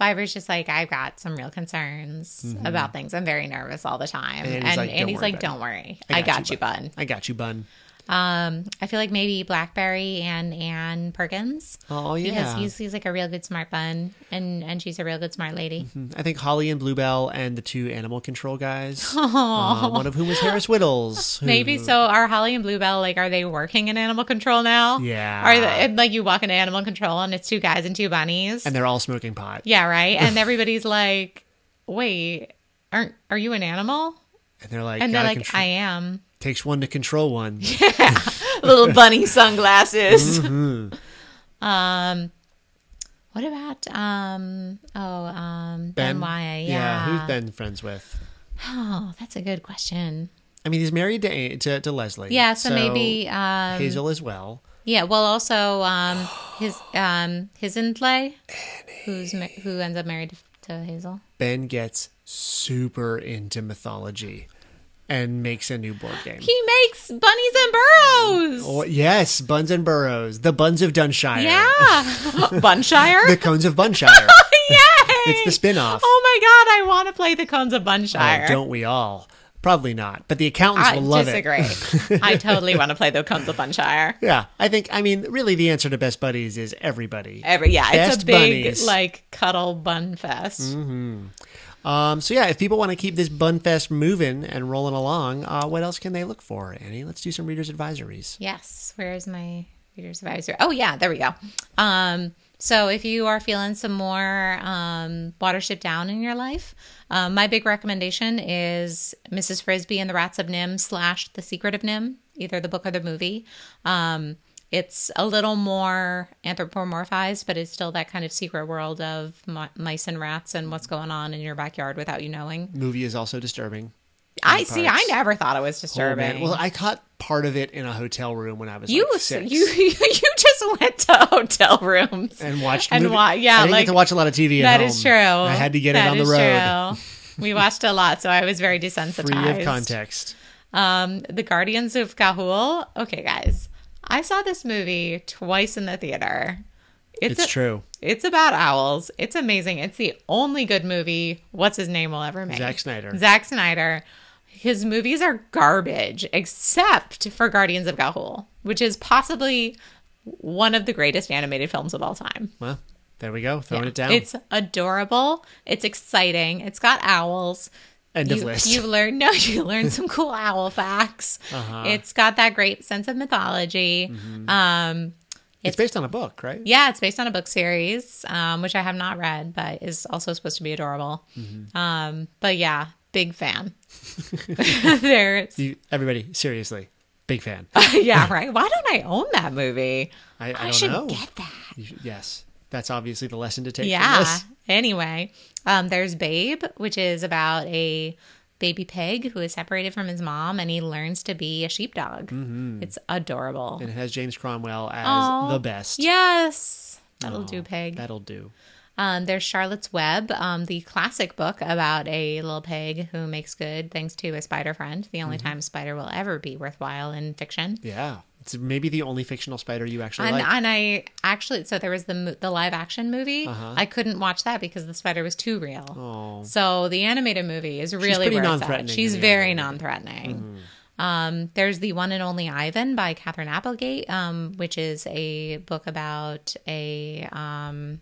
Fiverr's just like, I've got some real concerns about things. I'm very nervous all the time. Mm-hmm. And Andy's And, like, "Don't Andy's worry like, about don't worry. I I got got, you, you, bud. I got you, bun. Um, I feel like maybe Blackberry and Anne Perkins. Oh Because yeah. he's, he's like a real good smart bun, and and she's a real good smart lady. I think Holly and Bluebell and the two animal control guys. uh, one of whom was Harris Whittles. who- Maybe so. Are Holly and Bluebell like are they working in animal control now? Yeah. Are they, and, like you walk into animal control and it's two guys and two bunnies? And they're all smoking pot. yeah, right. And everybody's like, "Wait, aren't are you an animal?" And they're like, And they're gotta like, contr- "I am." takes one to control one. Little bunny sunglasses. Um, what about um? Oh, um, Ben, Wyatt. Yeah. Who's Ben friends with? Oh, that's a good question. I mean, he's married to to, to Leslie. Yeah, so, maybe um, Hazel as well. Yeah, well, also um, his um, his Intlay, who's ma- who ends up married to Hazel. Ben gets super into mythology and makes a new board game. He makes bunnies and burrows. Or- yes, Buns and Burrows, the Buns of Dunshire, Oh, yeah, the Bunshire. Cones of Bunshire. Yay! it's the spin-off. Oh my god, I want to play the Cones of Bunshire. Oh, don't we all? Probably not. But the accountants I will love it. disagree. I totally want to play the Cones of Bunshire. Yeah, I think. I mean, really, the answer to best buddies is everybody. Every yeah, it's Best a big bunnies. like cuddle bun fest. Um, so yeah, if people want to keep this Bunfest moving and rolling along, uh, what else can they look for, Annie? Let's do some readers' advisories. Yes. Where is my reader's advisor? Oh, yeah. There we go. Um, so if you are feeling some more um, Watership Down in your life, um, my big recommendation is Mrs. Frisbee and the Rats of Nim slash The Secret of Nim, either the book or the movie. Um, it's a little more anthropomorphized, but it's still that kind of secret world of mi- mice and rats and what's going on in your backyard without you knowing. Movie is also disturbing. I see. I parts. never thought it Oh, was disturbing. man. Well, I caught part of it in a hotel room when I was You like, six. you you just went to hotel rooms and watched and movie- why? I Yeah, didn't like get to watch a lot of TV. that at is home. true. I had to get That it on the is road, true. we watched a lot, so I was very desensitized. free of context. Um, the Guardians of Kahul. Okay, guys, I saw this movie twice in the theater. It's a- true. It's about owls. It's amazing. It's the only good movie. What's his name will ever make? Zack Snyder. Zack Snyder. His movies are garbage, except for Guardians of Gahul, which is possibly one of the greatest animated films of all time. Well, there we go. Throwing it down. It's adorable. It's exciting. It's got owls. End you, of list. You learn no, you learn some cool owl facts. Uh-huh. It's got that great sense of mythology. Mm-hmm. Um, it's based on a book, right? yeah, it's based on a book series, um, which I have not read, but is also supposed to be adorable. Mm-hmm. Um, but yeah, big fan. There's, You, everybody, seriously, big fan. Oh, yeah, right. Why don't I own that movie? I, I don't should know. get that. You should- yes, that's obviously the lesson to take. From Yeah. this. Anyway, um, there's Babe, which is about a baby pig who is separated from his mom and he learns to be a sheepdog. It's adorable. and Mm-hmm. it has James Cromwell as Aw. the best. Yes. That'll do, Aw, pig. That'll do. Um, there's Charlotte's Web, um, the classic book about a little pig who makes good thanks to a spider friend. The Mm-hmm. only time a spider will ever be worthwhile in fiction. Yeah, it's maybe the only fictional spider you actually And, like. and I actually, so there was the mo- the live action movie. I couldn't watch that because the spider was too real. Uh-huh. Oh. So the animated movie is really pretty where it's at. non-threatening She's in the very animated. Mm-hmm. non threatening. Um, there's the one and only Ivan by Catherine Applegate, um, which is a book about a, um,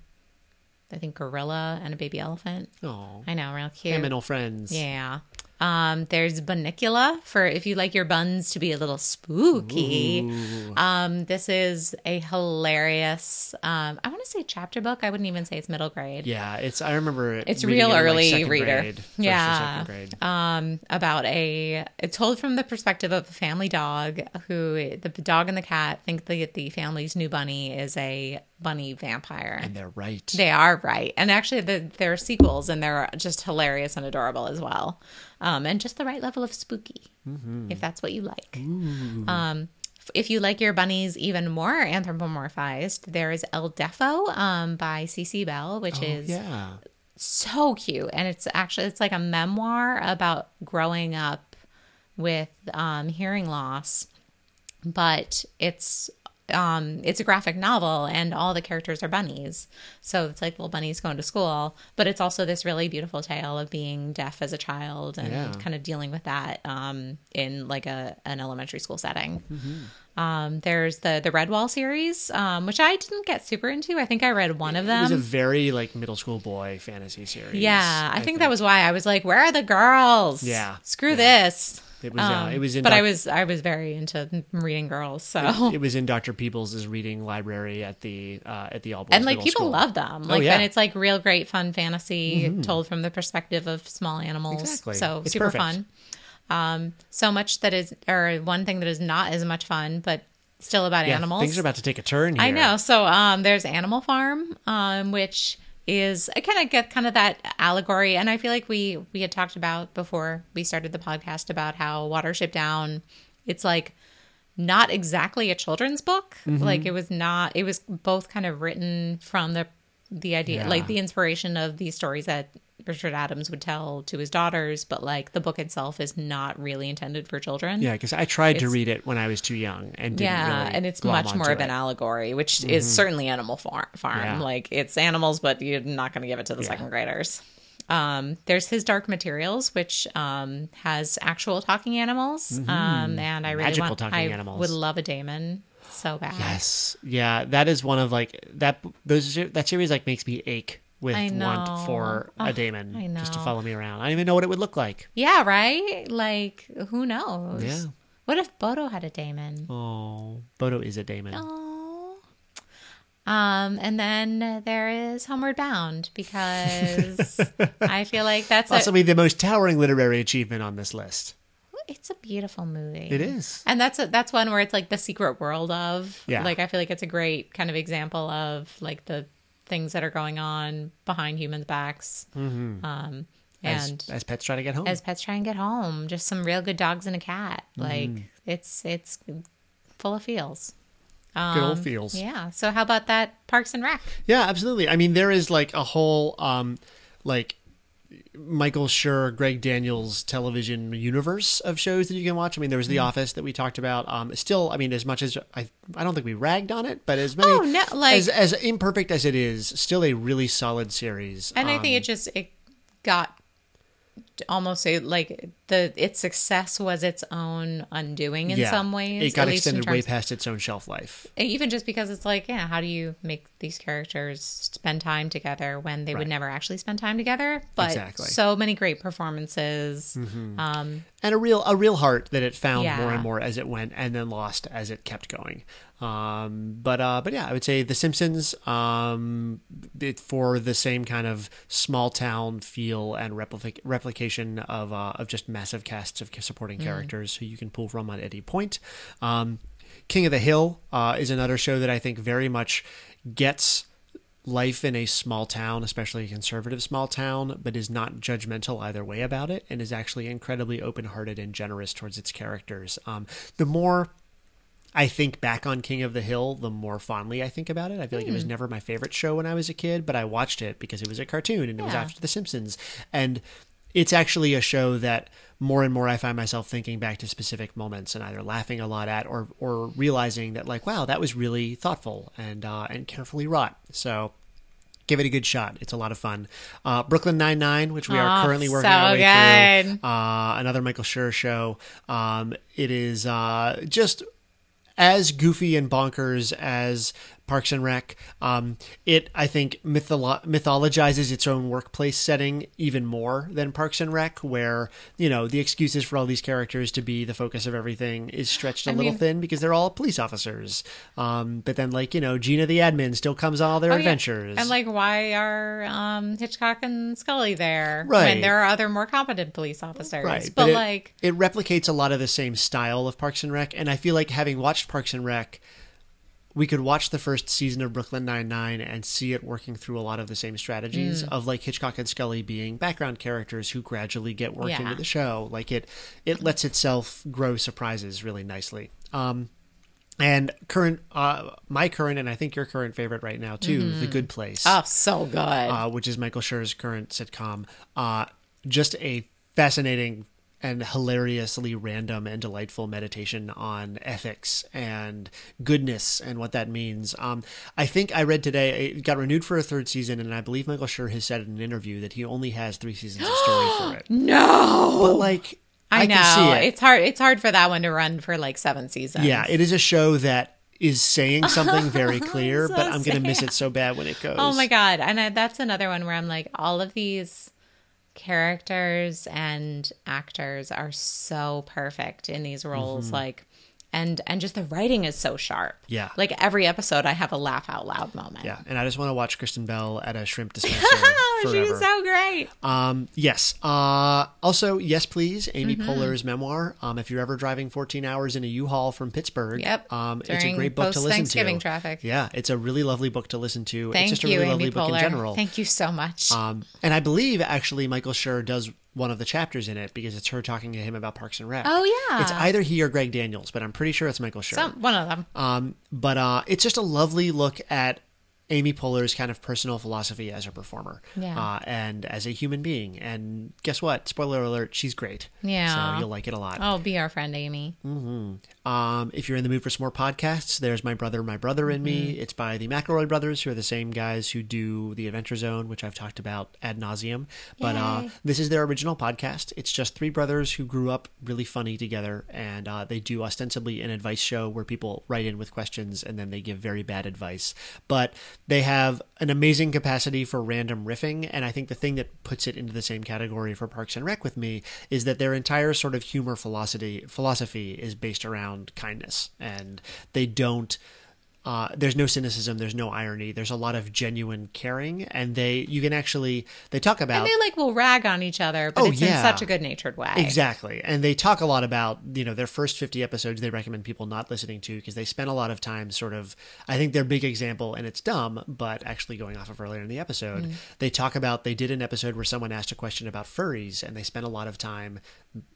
I think, gorilla and a baby elephant. Oh, I know, real cute. criminal friends. Yeah. Um, there's Bunicula for if you like your buns to be a little spooky. Um, this is a hilarious. Um, I want to say chapter book. I wouldn't even say it's middle grade. Yeah, it's. I remember it. It's reading real it in, like, early second reader. grade, first or Yeah. second grade. Um, about a it's told from the perspective of a family dog who the dog and the cat think the the family's new bunny is a bunny vampire. and they're right. They are right, and actually, the, there are sequels, and they're just hilarious and adorable as well, um, and just the right level of spooky, if that's what you like. Um, f- if you like your bunnies even more anthropomorphized, there is El Defo um, by CC Bell, which Oh, is yeah, so cute, and it's actually it's like a memoir about growing up with um, hearing loss, but it's um, it's a graphic novel and all the characters are bunnies. So it's like little bunnies going to school, but it's also this really beautiful tale of being deaf as a child and Yeah. kind of dealing with that um, in like a an elementary school setting. Mm-hmm. Um, there's the the Redwall series, um, which I didn't get super into. I think I read one of it was a them. very like middle school boy fantasy series. Um, yeah, I, think, that was why I was like, "Where are the girls? Yeah, screw this." it was. uh, Um, it was in. but I Doc- was oh. I was very into reading girls, so It was in Doctor Peoples' reading library at the uh, at the all boys and like middle people school. Oh, love them like yeah. Mm-hmm. and it's like real great fun fantasy told from the perspective of small animals Exactly. so It's super perfect. fun um so much that is or one thing that is not as much fun but still about Yeah, animals Things are about to take a turn here. i know so um there's animal farm um which is I kind of get kind of that allegory and I feel like we we had talked about before we started the podcast about how Watership Down it's like not exactly a children's book. Mm-hmm. Like it was not. It was both kind of written from the the idea, Yeah. like the inspiration of these stories that Richard Adams would tell to his daughters. But like the book itself is not really intended for children. Yeah, because I tried to It's- read it when I was too young and didn't Yeah, really and it's glom much more onto of an it. Mm-hmm. allegory, which is certainly Animal Far- Farm. Yeah. Like it's animals, but you're not going to give it to the second graders. Um, there's his Dark Materials, which um, has actual talking animals, um, and I really Mm-hmm. Magical want. talking I animals. would love a Damon so bad. Yes, yeah, that is one of like that. Those that series like makes me ache with I know. want for a daemon I just to know. follow me around. I don't even know what it would look like. Yeah, right? Like, who knows? Yeah. What if Bodo had a daemon? Oh, Bodo is a daemon. Oh. Um, and then there is Homeward Bound because I feel like that's a, Possibly the most towering literary achievement on this list. it's a beautiful movie. It is. And that's a, that's one where it's like the secret world of Yeah. like I feel like it's a great kind of example of like the things that are going on behind humans' backs. Um, Mm-hmm. As- and as, pets try to get home. as pets try and get home. Just some real good dogs and a cat. Mm. Like it's it's full of feels. Um, Good old feels. Yeah. So how about that Parks and Rec? Yeah, absolutely. I mean, there is like a whole um like Michael Schur, Greg Daniels television universe of shows that you can watch. I mean, there was Mm-hmm. The Office that we talked about. Um, still, I mean, as much as I, I don't think we ragged on it, but as many, Oh, no, like- as, as imperfect as it is, still a really solid series. And I Um, think it just it got almost a, like the its success was its own undoing in yeah, some ways. it got at least in extended way terms- past its own shelf life. even just because it's like, yeah, how do you make these characters spend time together when they Right. would never actually spend time together? But Exactly. Mm-hmm. so many great performances. Um, and a real a real heart that it found Yeah. more and more as it went, and then lost as it kept going. Um, but uh, but yeah, I would say The Simpsons um, it, for the same kind of small town feel and replic- replication of uh, of just massive casts of supporting characters who you can pull from at any point. Um, King of the Hill uh, is another show that I think very much gets life in a small town, especially a conservative small town, but is not judgmental either way about it and is actually incredibly open hearted and generous towards its characters. Um, the more I think back on King of the Hill, the more fondly I think about it. I feel like it was Hmm. never my favorite show when I was a kid, but I watched it because it was a cartoon and it was Yeah. after The Simpsons. And it's actually a show that more and more I find myself thinking back to specific moments and either laughing a lot at or or realizing that like, wow, that was really thoughtful and uh, and carefully wrought. So give it a good shot. It's a lot of fun. Uh, Brooklyn Nine Nine, which we are Oh, currently working so our way good. through, uh, another Michael Schur show. Um, it is uh, just as goofy and bonkers as Parks and Rec. Um, it, I think, mytholo- mythologizes its own workplace setting even more than Parks and Rec, where you know the excuses for all these characters to be the focus of everything is stretched a little mean- thin because they're all police officers. Um, but then, like you know, Gina the admin still comes on all their oh, yeah. adventures. And like, why are um, Hitchcock and Scully there Right. when there are other more competent police officers? Right, But, it, like, it replicates a lot of the same style of Parks and Rec, and I feel like having watched Parks and Rec, we could watch the first season of Brooklyn Nine Nine and see it working through a lot of the same strategies Mm. of like Hitchcock and Scully being background characters who gradually get worked Yeah. into the show. Like it, it lets itself grow surprises really nicely. Um, and current, uh, my current, and I think your current favorite right now too, The Good Place oh, so good. uh, which is Michael Schur's current sitcom. Uh, just a uh, fascinating and hilariously random and delightful meditation on ethics and goodness and what that means. Um, I think I read today it got renewed for a third season, and I believe Michael Schur has said in an interview that he only has three seasons of story for it. No, But like, I, I, know can see it. it's hard. It's hard for that one to run for like seven seasons. yeah, it is a show that is saying something very clear, so but I'm gonna miss sad. it so bad when it goes. Oh my god! And I, that's another one where I'm like, all of these characters and actors are so perfect in these roles, like, and and just the writing is so sharp. Mm-hmm. Yeah. like every episode, I have a laugh out loud moment. Yeah, and I just want to watch Kristen Bell at a shrimp dispenser Oh, she forever. was so great. Um, yes. Uh, also, yes, please. Amy Mm-hmm. Poehler's memoir. Um, if you're ever driving 14 hours in a U-Haul from Pittsburgh, Yep. Um, it's a During great book to listen post-Thanksgiving to. traffic. Yeah, it's a really lovely book to listen to. Thank it's just a you, really lovely Amy book in Poehler. general. Thank you so much. um, and I believe actually Michael Schur does one of the chapters in it because it's her talking to him about Parks and Rec. Oh, yeah. It's either he or Greg Daniels, but I'm pretty sure it's Michael Schur. Some, one of them. Um, but uh, it's just a lovely look at Amy Poehler's kind of personal philosophy as a performer Yeah. uh, and as a human being. And guess what? Spoiler alert, she's great. Yeah. So you'll like it a lot. Oh, be our friend, Amy. Um, if you're in the mood for some more podcasts, there's My Brother, My Brother and Me. It's by the McElroy brothers, who are the same guys who do The Adventure Zone, which I've talked about ad nauseum. But uh, Yay. this is their original podcast. It's just three brothers who grew up really funny together, and uh, they do ostensibly an advice show where people write in with questions and then they give very bad advice. But they have an amazing capacity for random riffing, and I think the thing that puts it into the same category for Parks and Rec with me is that their entire sort of humor philosophy philosophy is based around kindness, and they don't. Uh, there's no cynicism. There's no irony. There's a lot of genuine caring, and they you can actually they talk about They like will rag on each other, but Oh, it's in yeah. such a good natured way. Exactly. And they talk a lot about, you know, their first 50 episodes they recommend people not listening to because they spend a lot of time sort of, I think their big example, and it's dumb, but actually going off of earlier in the episode, Mm-hmm. they talk about, they did an episode where someone asked a question about furries and they spent a lot of time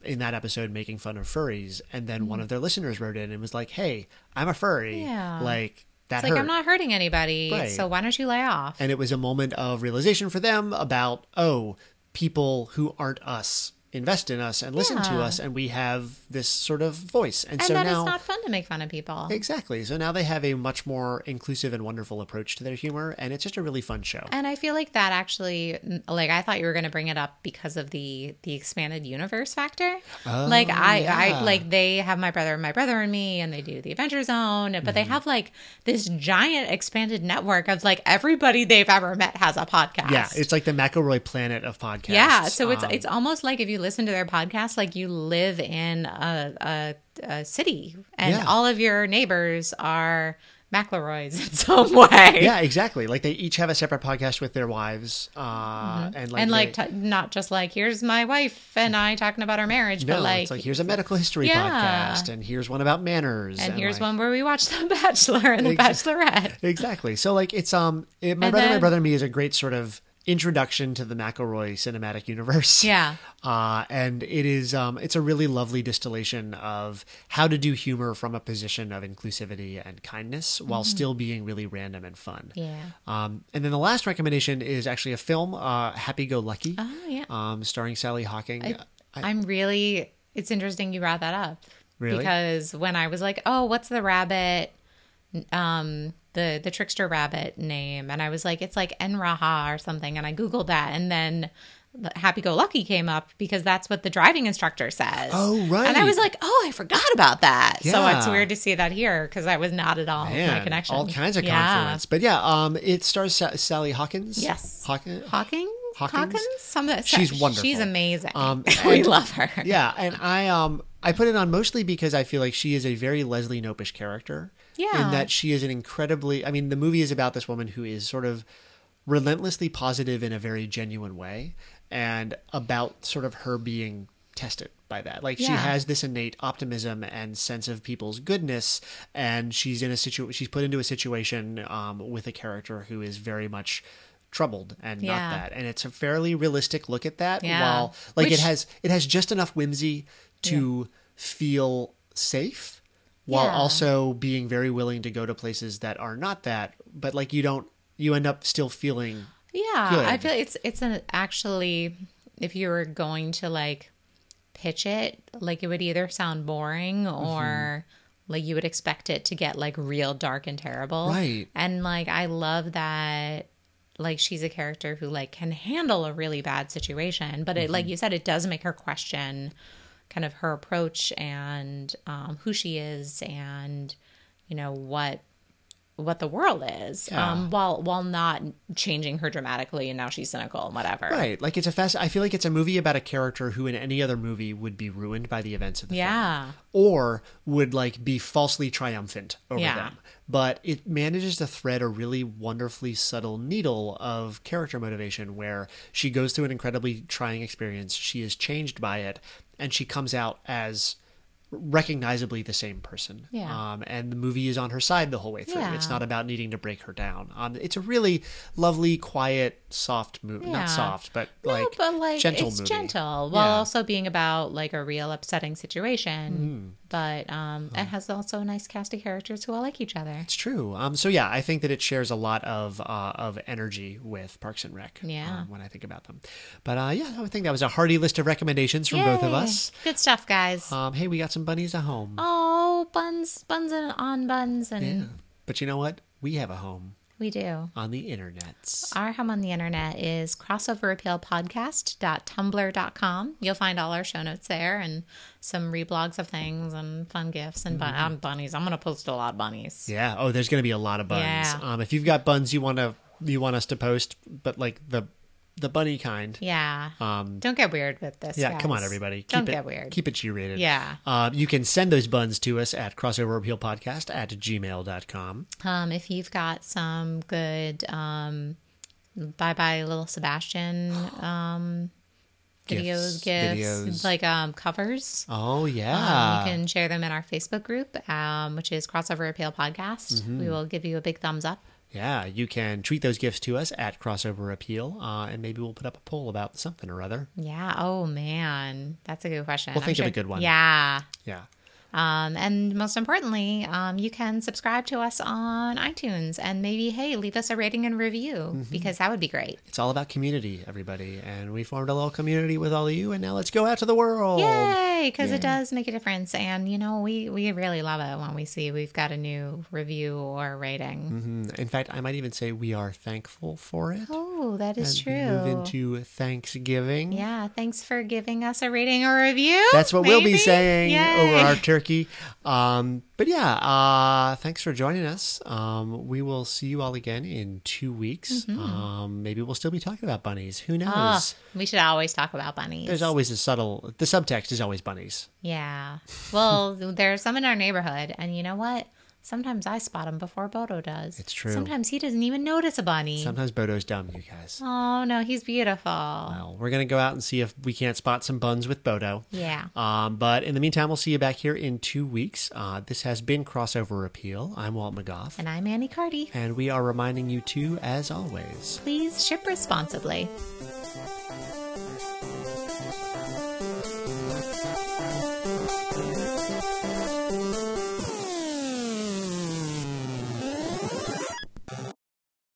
in that episode making fun of furries. And then one of their listeners wrote in and was like, hey, I'm a furry. Mm-hmm. Yeah. Like, that It's like hurt. I'm not hurting anybody, Right. so why don't you lay off? And it was a moment of realization for them about, oh, people who aren't us invest in us and listen to Yeah. us, and we have this sort of voice. And, and so that now. it's not fun to make fun of people. Exactly. So now they have a much more inclusive and wonderful approach to their humor, and it's just a really fun show. And I feel like that actually, like I thought you were going to bring it up because of the the expanded universe factor. like I, Oh, yeah. I like they have my brother and my brother and me, and they do the Adventure Zone, but Mm-hmm. they have like this giant expanded network of like everybody they've ever met has a podcast. Yeah, it's like the McElroy planet of podcasts. yeah. So it's Um, it's almost like if you listen to their podcast, like you live in a a, a city, and Yeah. all of your neighbors are McElroys in some way. Uh, yeah, exactly. Like they each have a separate podcast with their wives, uh, and like Mm-hmm. and like they- t- not just like here's my wife and I talking about our marriage, no, but like, it's like here's a medical history Yeah. podcast, and here's one about manners, and here's like- one where we watch The Bachelor and The Bachelorette. exactly. So like it's um it, my brother, my then- brother and me is a great sort of introduction to the McElroy cinematic universe. Yeah. Uh, and it is um it's a really lovely distillation of how to do humor from a position of inclusivity and kindness while still being really random and fun. Mm-hmm. Yeah. Um, and then the last recommendation is actually a film, uh, Happy Go Lucky, Oh yeah, um, starring Sally Hawking. I, am really. It's interesting you brought that up Really? because when I was like, oh, what's the rabbit? Um, the the trickster rabbit name, and I was like, it's like Enraha or something, and I googled that, and then. the Happy Go Lucky came up because that's what the driving instructor says. Oh, right. And I was like, oh, I forgot about that. So it's Yeah. weird to see that here because I was not at all my Man, connection. all kinds of Yeah. confluence, but yeah, um, it stars Sa- Sally Hawkins. Yes. Hawkins. Hawkins? Hawkins? Some of that- She's wonderful. She's amazing. Um, we and- love her. yeah, and I um I put it on mostly because I feel like she is a very Leslie Nopish character. Yeah. In that she is an incredibly I mean, the movie is about this woman who is sort of relentlessly positive in a very genuine way and about sort of her being tested by that. Like she Yeah. has this innate optimism and sense of people's goodness and she's in a situ she's put into a situation um, with a character who is very much troubled and Yeah. not that and it's a fairly realistic look at that Yeah. while like it Which- has it has just enough whimsy to feel safe while Yeah. also being very willing to go to places that are not that but like you don't you end up still feeling Yeah. Good. I feel it's it's an actually if you were going to like pitch it, like it would either sound boring Mm-hmm. or like you would expect it to get like real dark and terrible. Right. And like I love that like she's a character who like can handle a really bad situation, but it like Mm-hmm. you said it does make her question kind of her approach and um who she is and you know what what the world is Yeah. um while while not changing her dramatically and now she's cynical and whatever Right. Like it's a fast. I feel like it's a movie about a character who, in any other movie, would be ruined by the events of the film. yeah or would like be falsely triumphant over Yeah. them. But it manages to thread a really wonderfully subtle needle of character motivation where she goes through an incredibly trying experience, she is changed by it, and she comes out as recognizably the same person. Yeah. Um, and the movie is on her side the whole way through. It's Yeah. not about needing to break her down. Um, it's a really lovely, quiet, soft movie. Yeah. Not soft, but No, like, but like gentle it's movie. gentle while Yeah. also being about like a real upsetting Hmm. situation. But um, it has also a nice cast of characters who all like each other. It's true. Um, so yeah, I think that it shares a lot of uh, of energy with Parks and Rec. Yeah. um, when I think about them, but uh, yeah, I think that was a hearty list of recommendations from both of Yay. us. Good stuff, guys. Um, hey, we got some bunnies at home, oh, buns, buns, and on buns, and Yeah. but you know what? We have a home we do. on the internets. Our home on the internet is crossoverappealpodcast.tumblr.com. You'll find all our show notes there and some reblogs of things and fun gifts and bun- um, bunnies. I'm going to post a lot of bunnies. Mm-hmm. Yeah. Oh, there's going to be a lot of buns. Yeah. Um, if you've got buns you want to you want us to post, but like the the bunny kind. Yeah. Um, Don't get weird with this. Yeah, come on, guys. everybody. Don't keep get it, weird. Keep it G rated. Yeah. Uh, you can send those buns to us at crossoverappealpodcast at gmail.com. um, if you've got some good um, bye bye little Sebastian um, videos, Gifts, gifts, videos. like um, covers. Oh, Um, yeah. you can share them in our Facebook group, um, which is Crossover Appeal Podcast. Mm-hmm. We will give you a big thumbs up. yeah, you can tweet those gifts to us at crossover appeal, uh, and maybe we'll put up a poll about something or other. Yeah. Oh man, that's a good question. We'll I'm think of a good one. Yeah. Yeah. Um, and most importantly, um, you can subscribe to us on iTunes and maybe, hey, leave us a rating and review Mm-hmm. because that would be great. It's all about community, everybody. And we formed a little community with all of you, and now let's go out to the world. Yay! Because it does make a difference, and you know we we really love it when we see we've got a new review or rating. Mm, In fact, I might even say we are thankful for it. Oh, that as is we move true. into Thanksgiving. yeah, thanks for giving us a rating or review. That's what we'll be maybe? saying Yay. over our turkey. Um, but yeah, uh, thanks for joining us. Um, we will see you all again in two weeks. Mm-hmm. Um, maybe we'll still be talking about bunnies. Ah, Who knows? Ugh, we should always talk about bunnies. There's always a subtle. The subtext is always bunnies. Mm-hmm. yeah. Well, there are some in our neighborhood, and you know what? Sometimes I spot them before Bodo does. It's true. Sometimes he doesn't even notice a bunny. Sometimes Bodo's dumb, you guys. oh no, he's beautiful. Well, we're gonna go out and see if we can't spot some buns with Bodo. Yeah. Um, but in the meantime, we'll see you back here in two weeks. Uh, this has been Crossover Appeal. I'm Walt McGough, And I'm Annie Cardi. and we are reminding you too, as always. Please ship responsibly.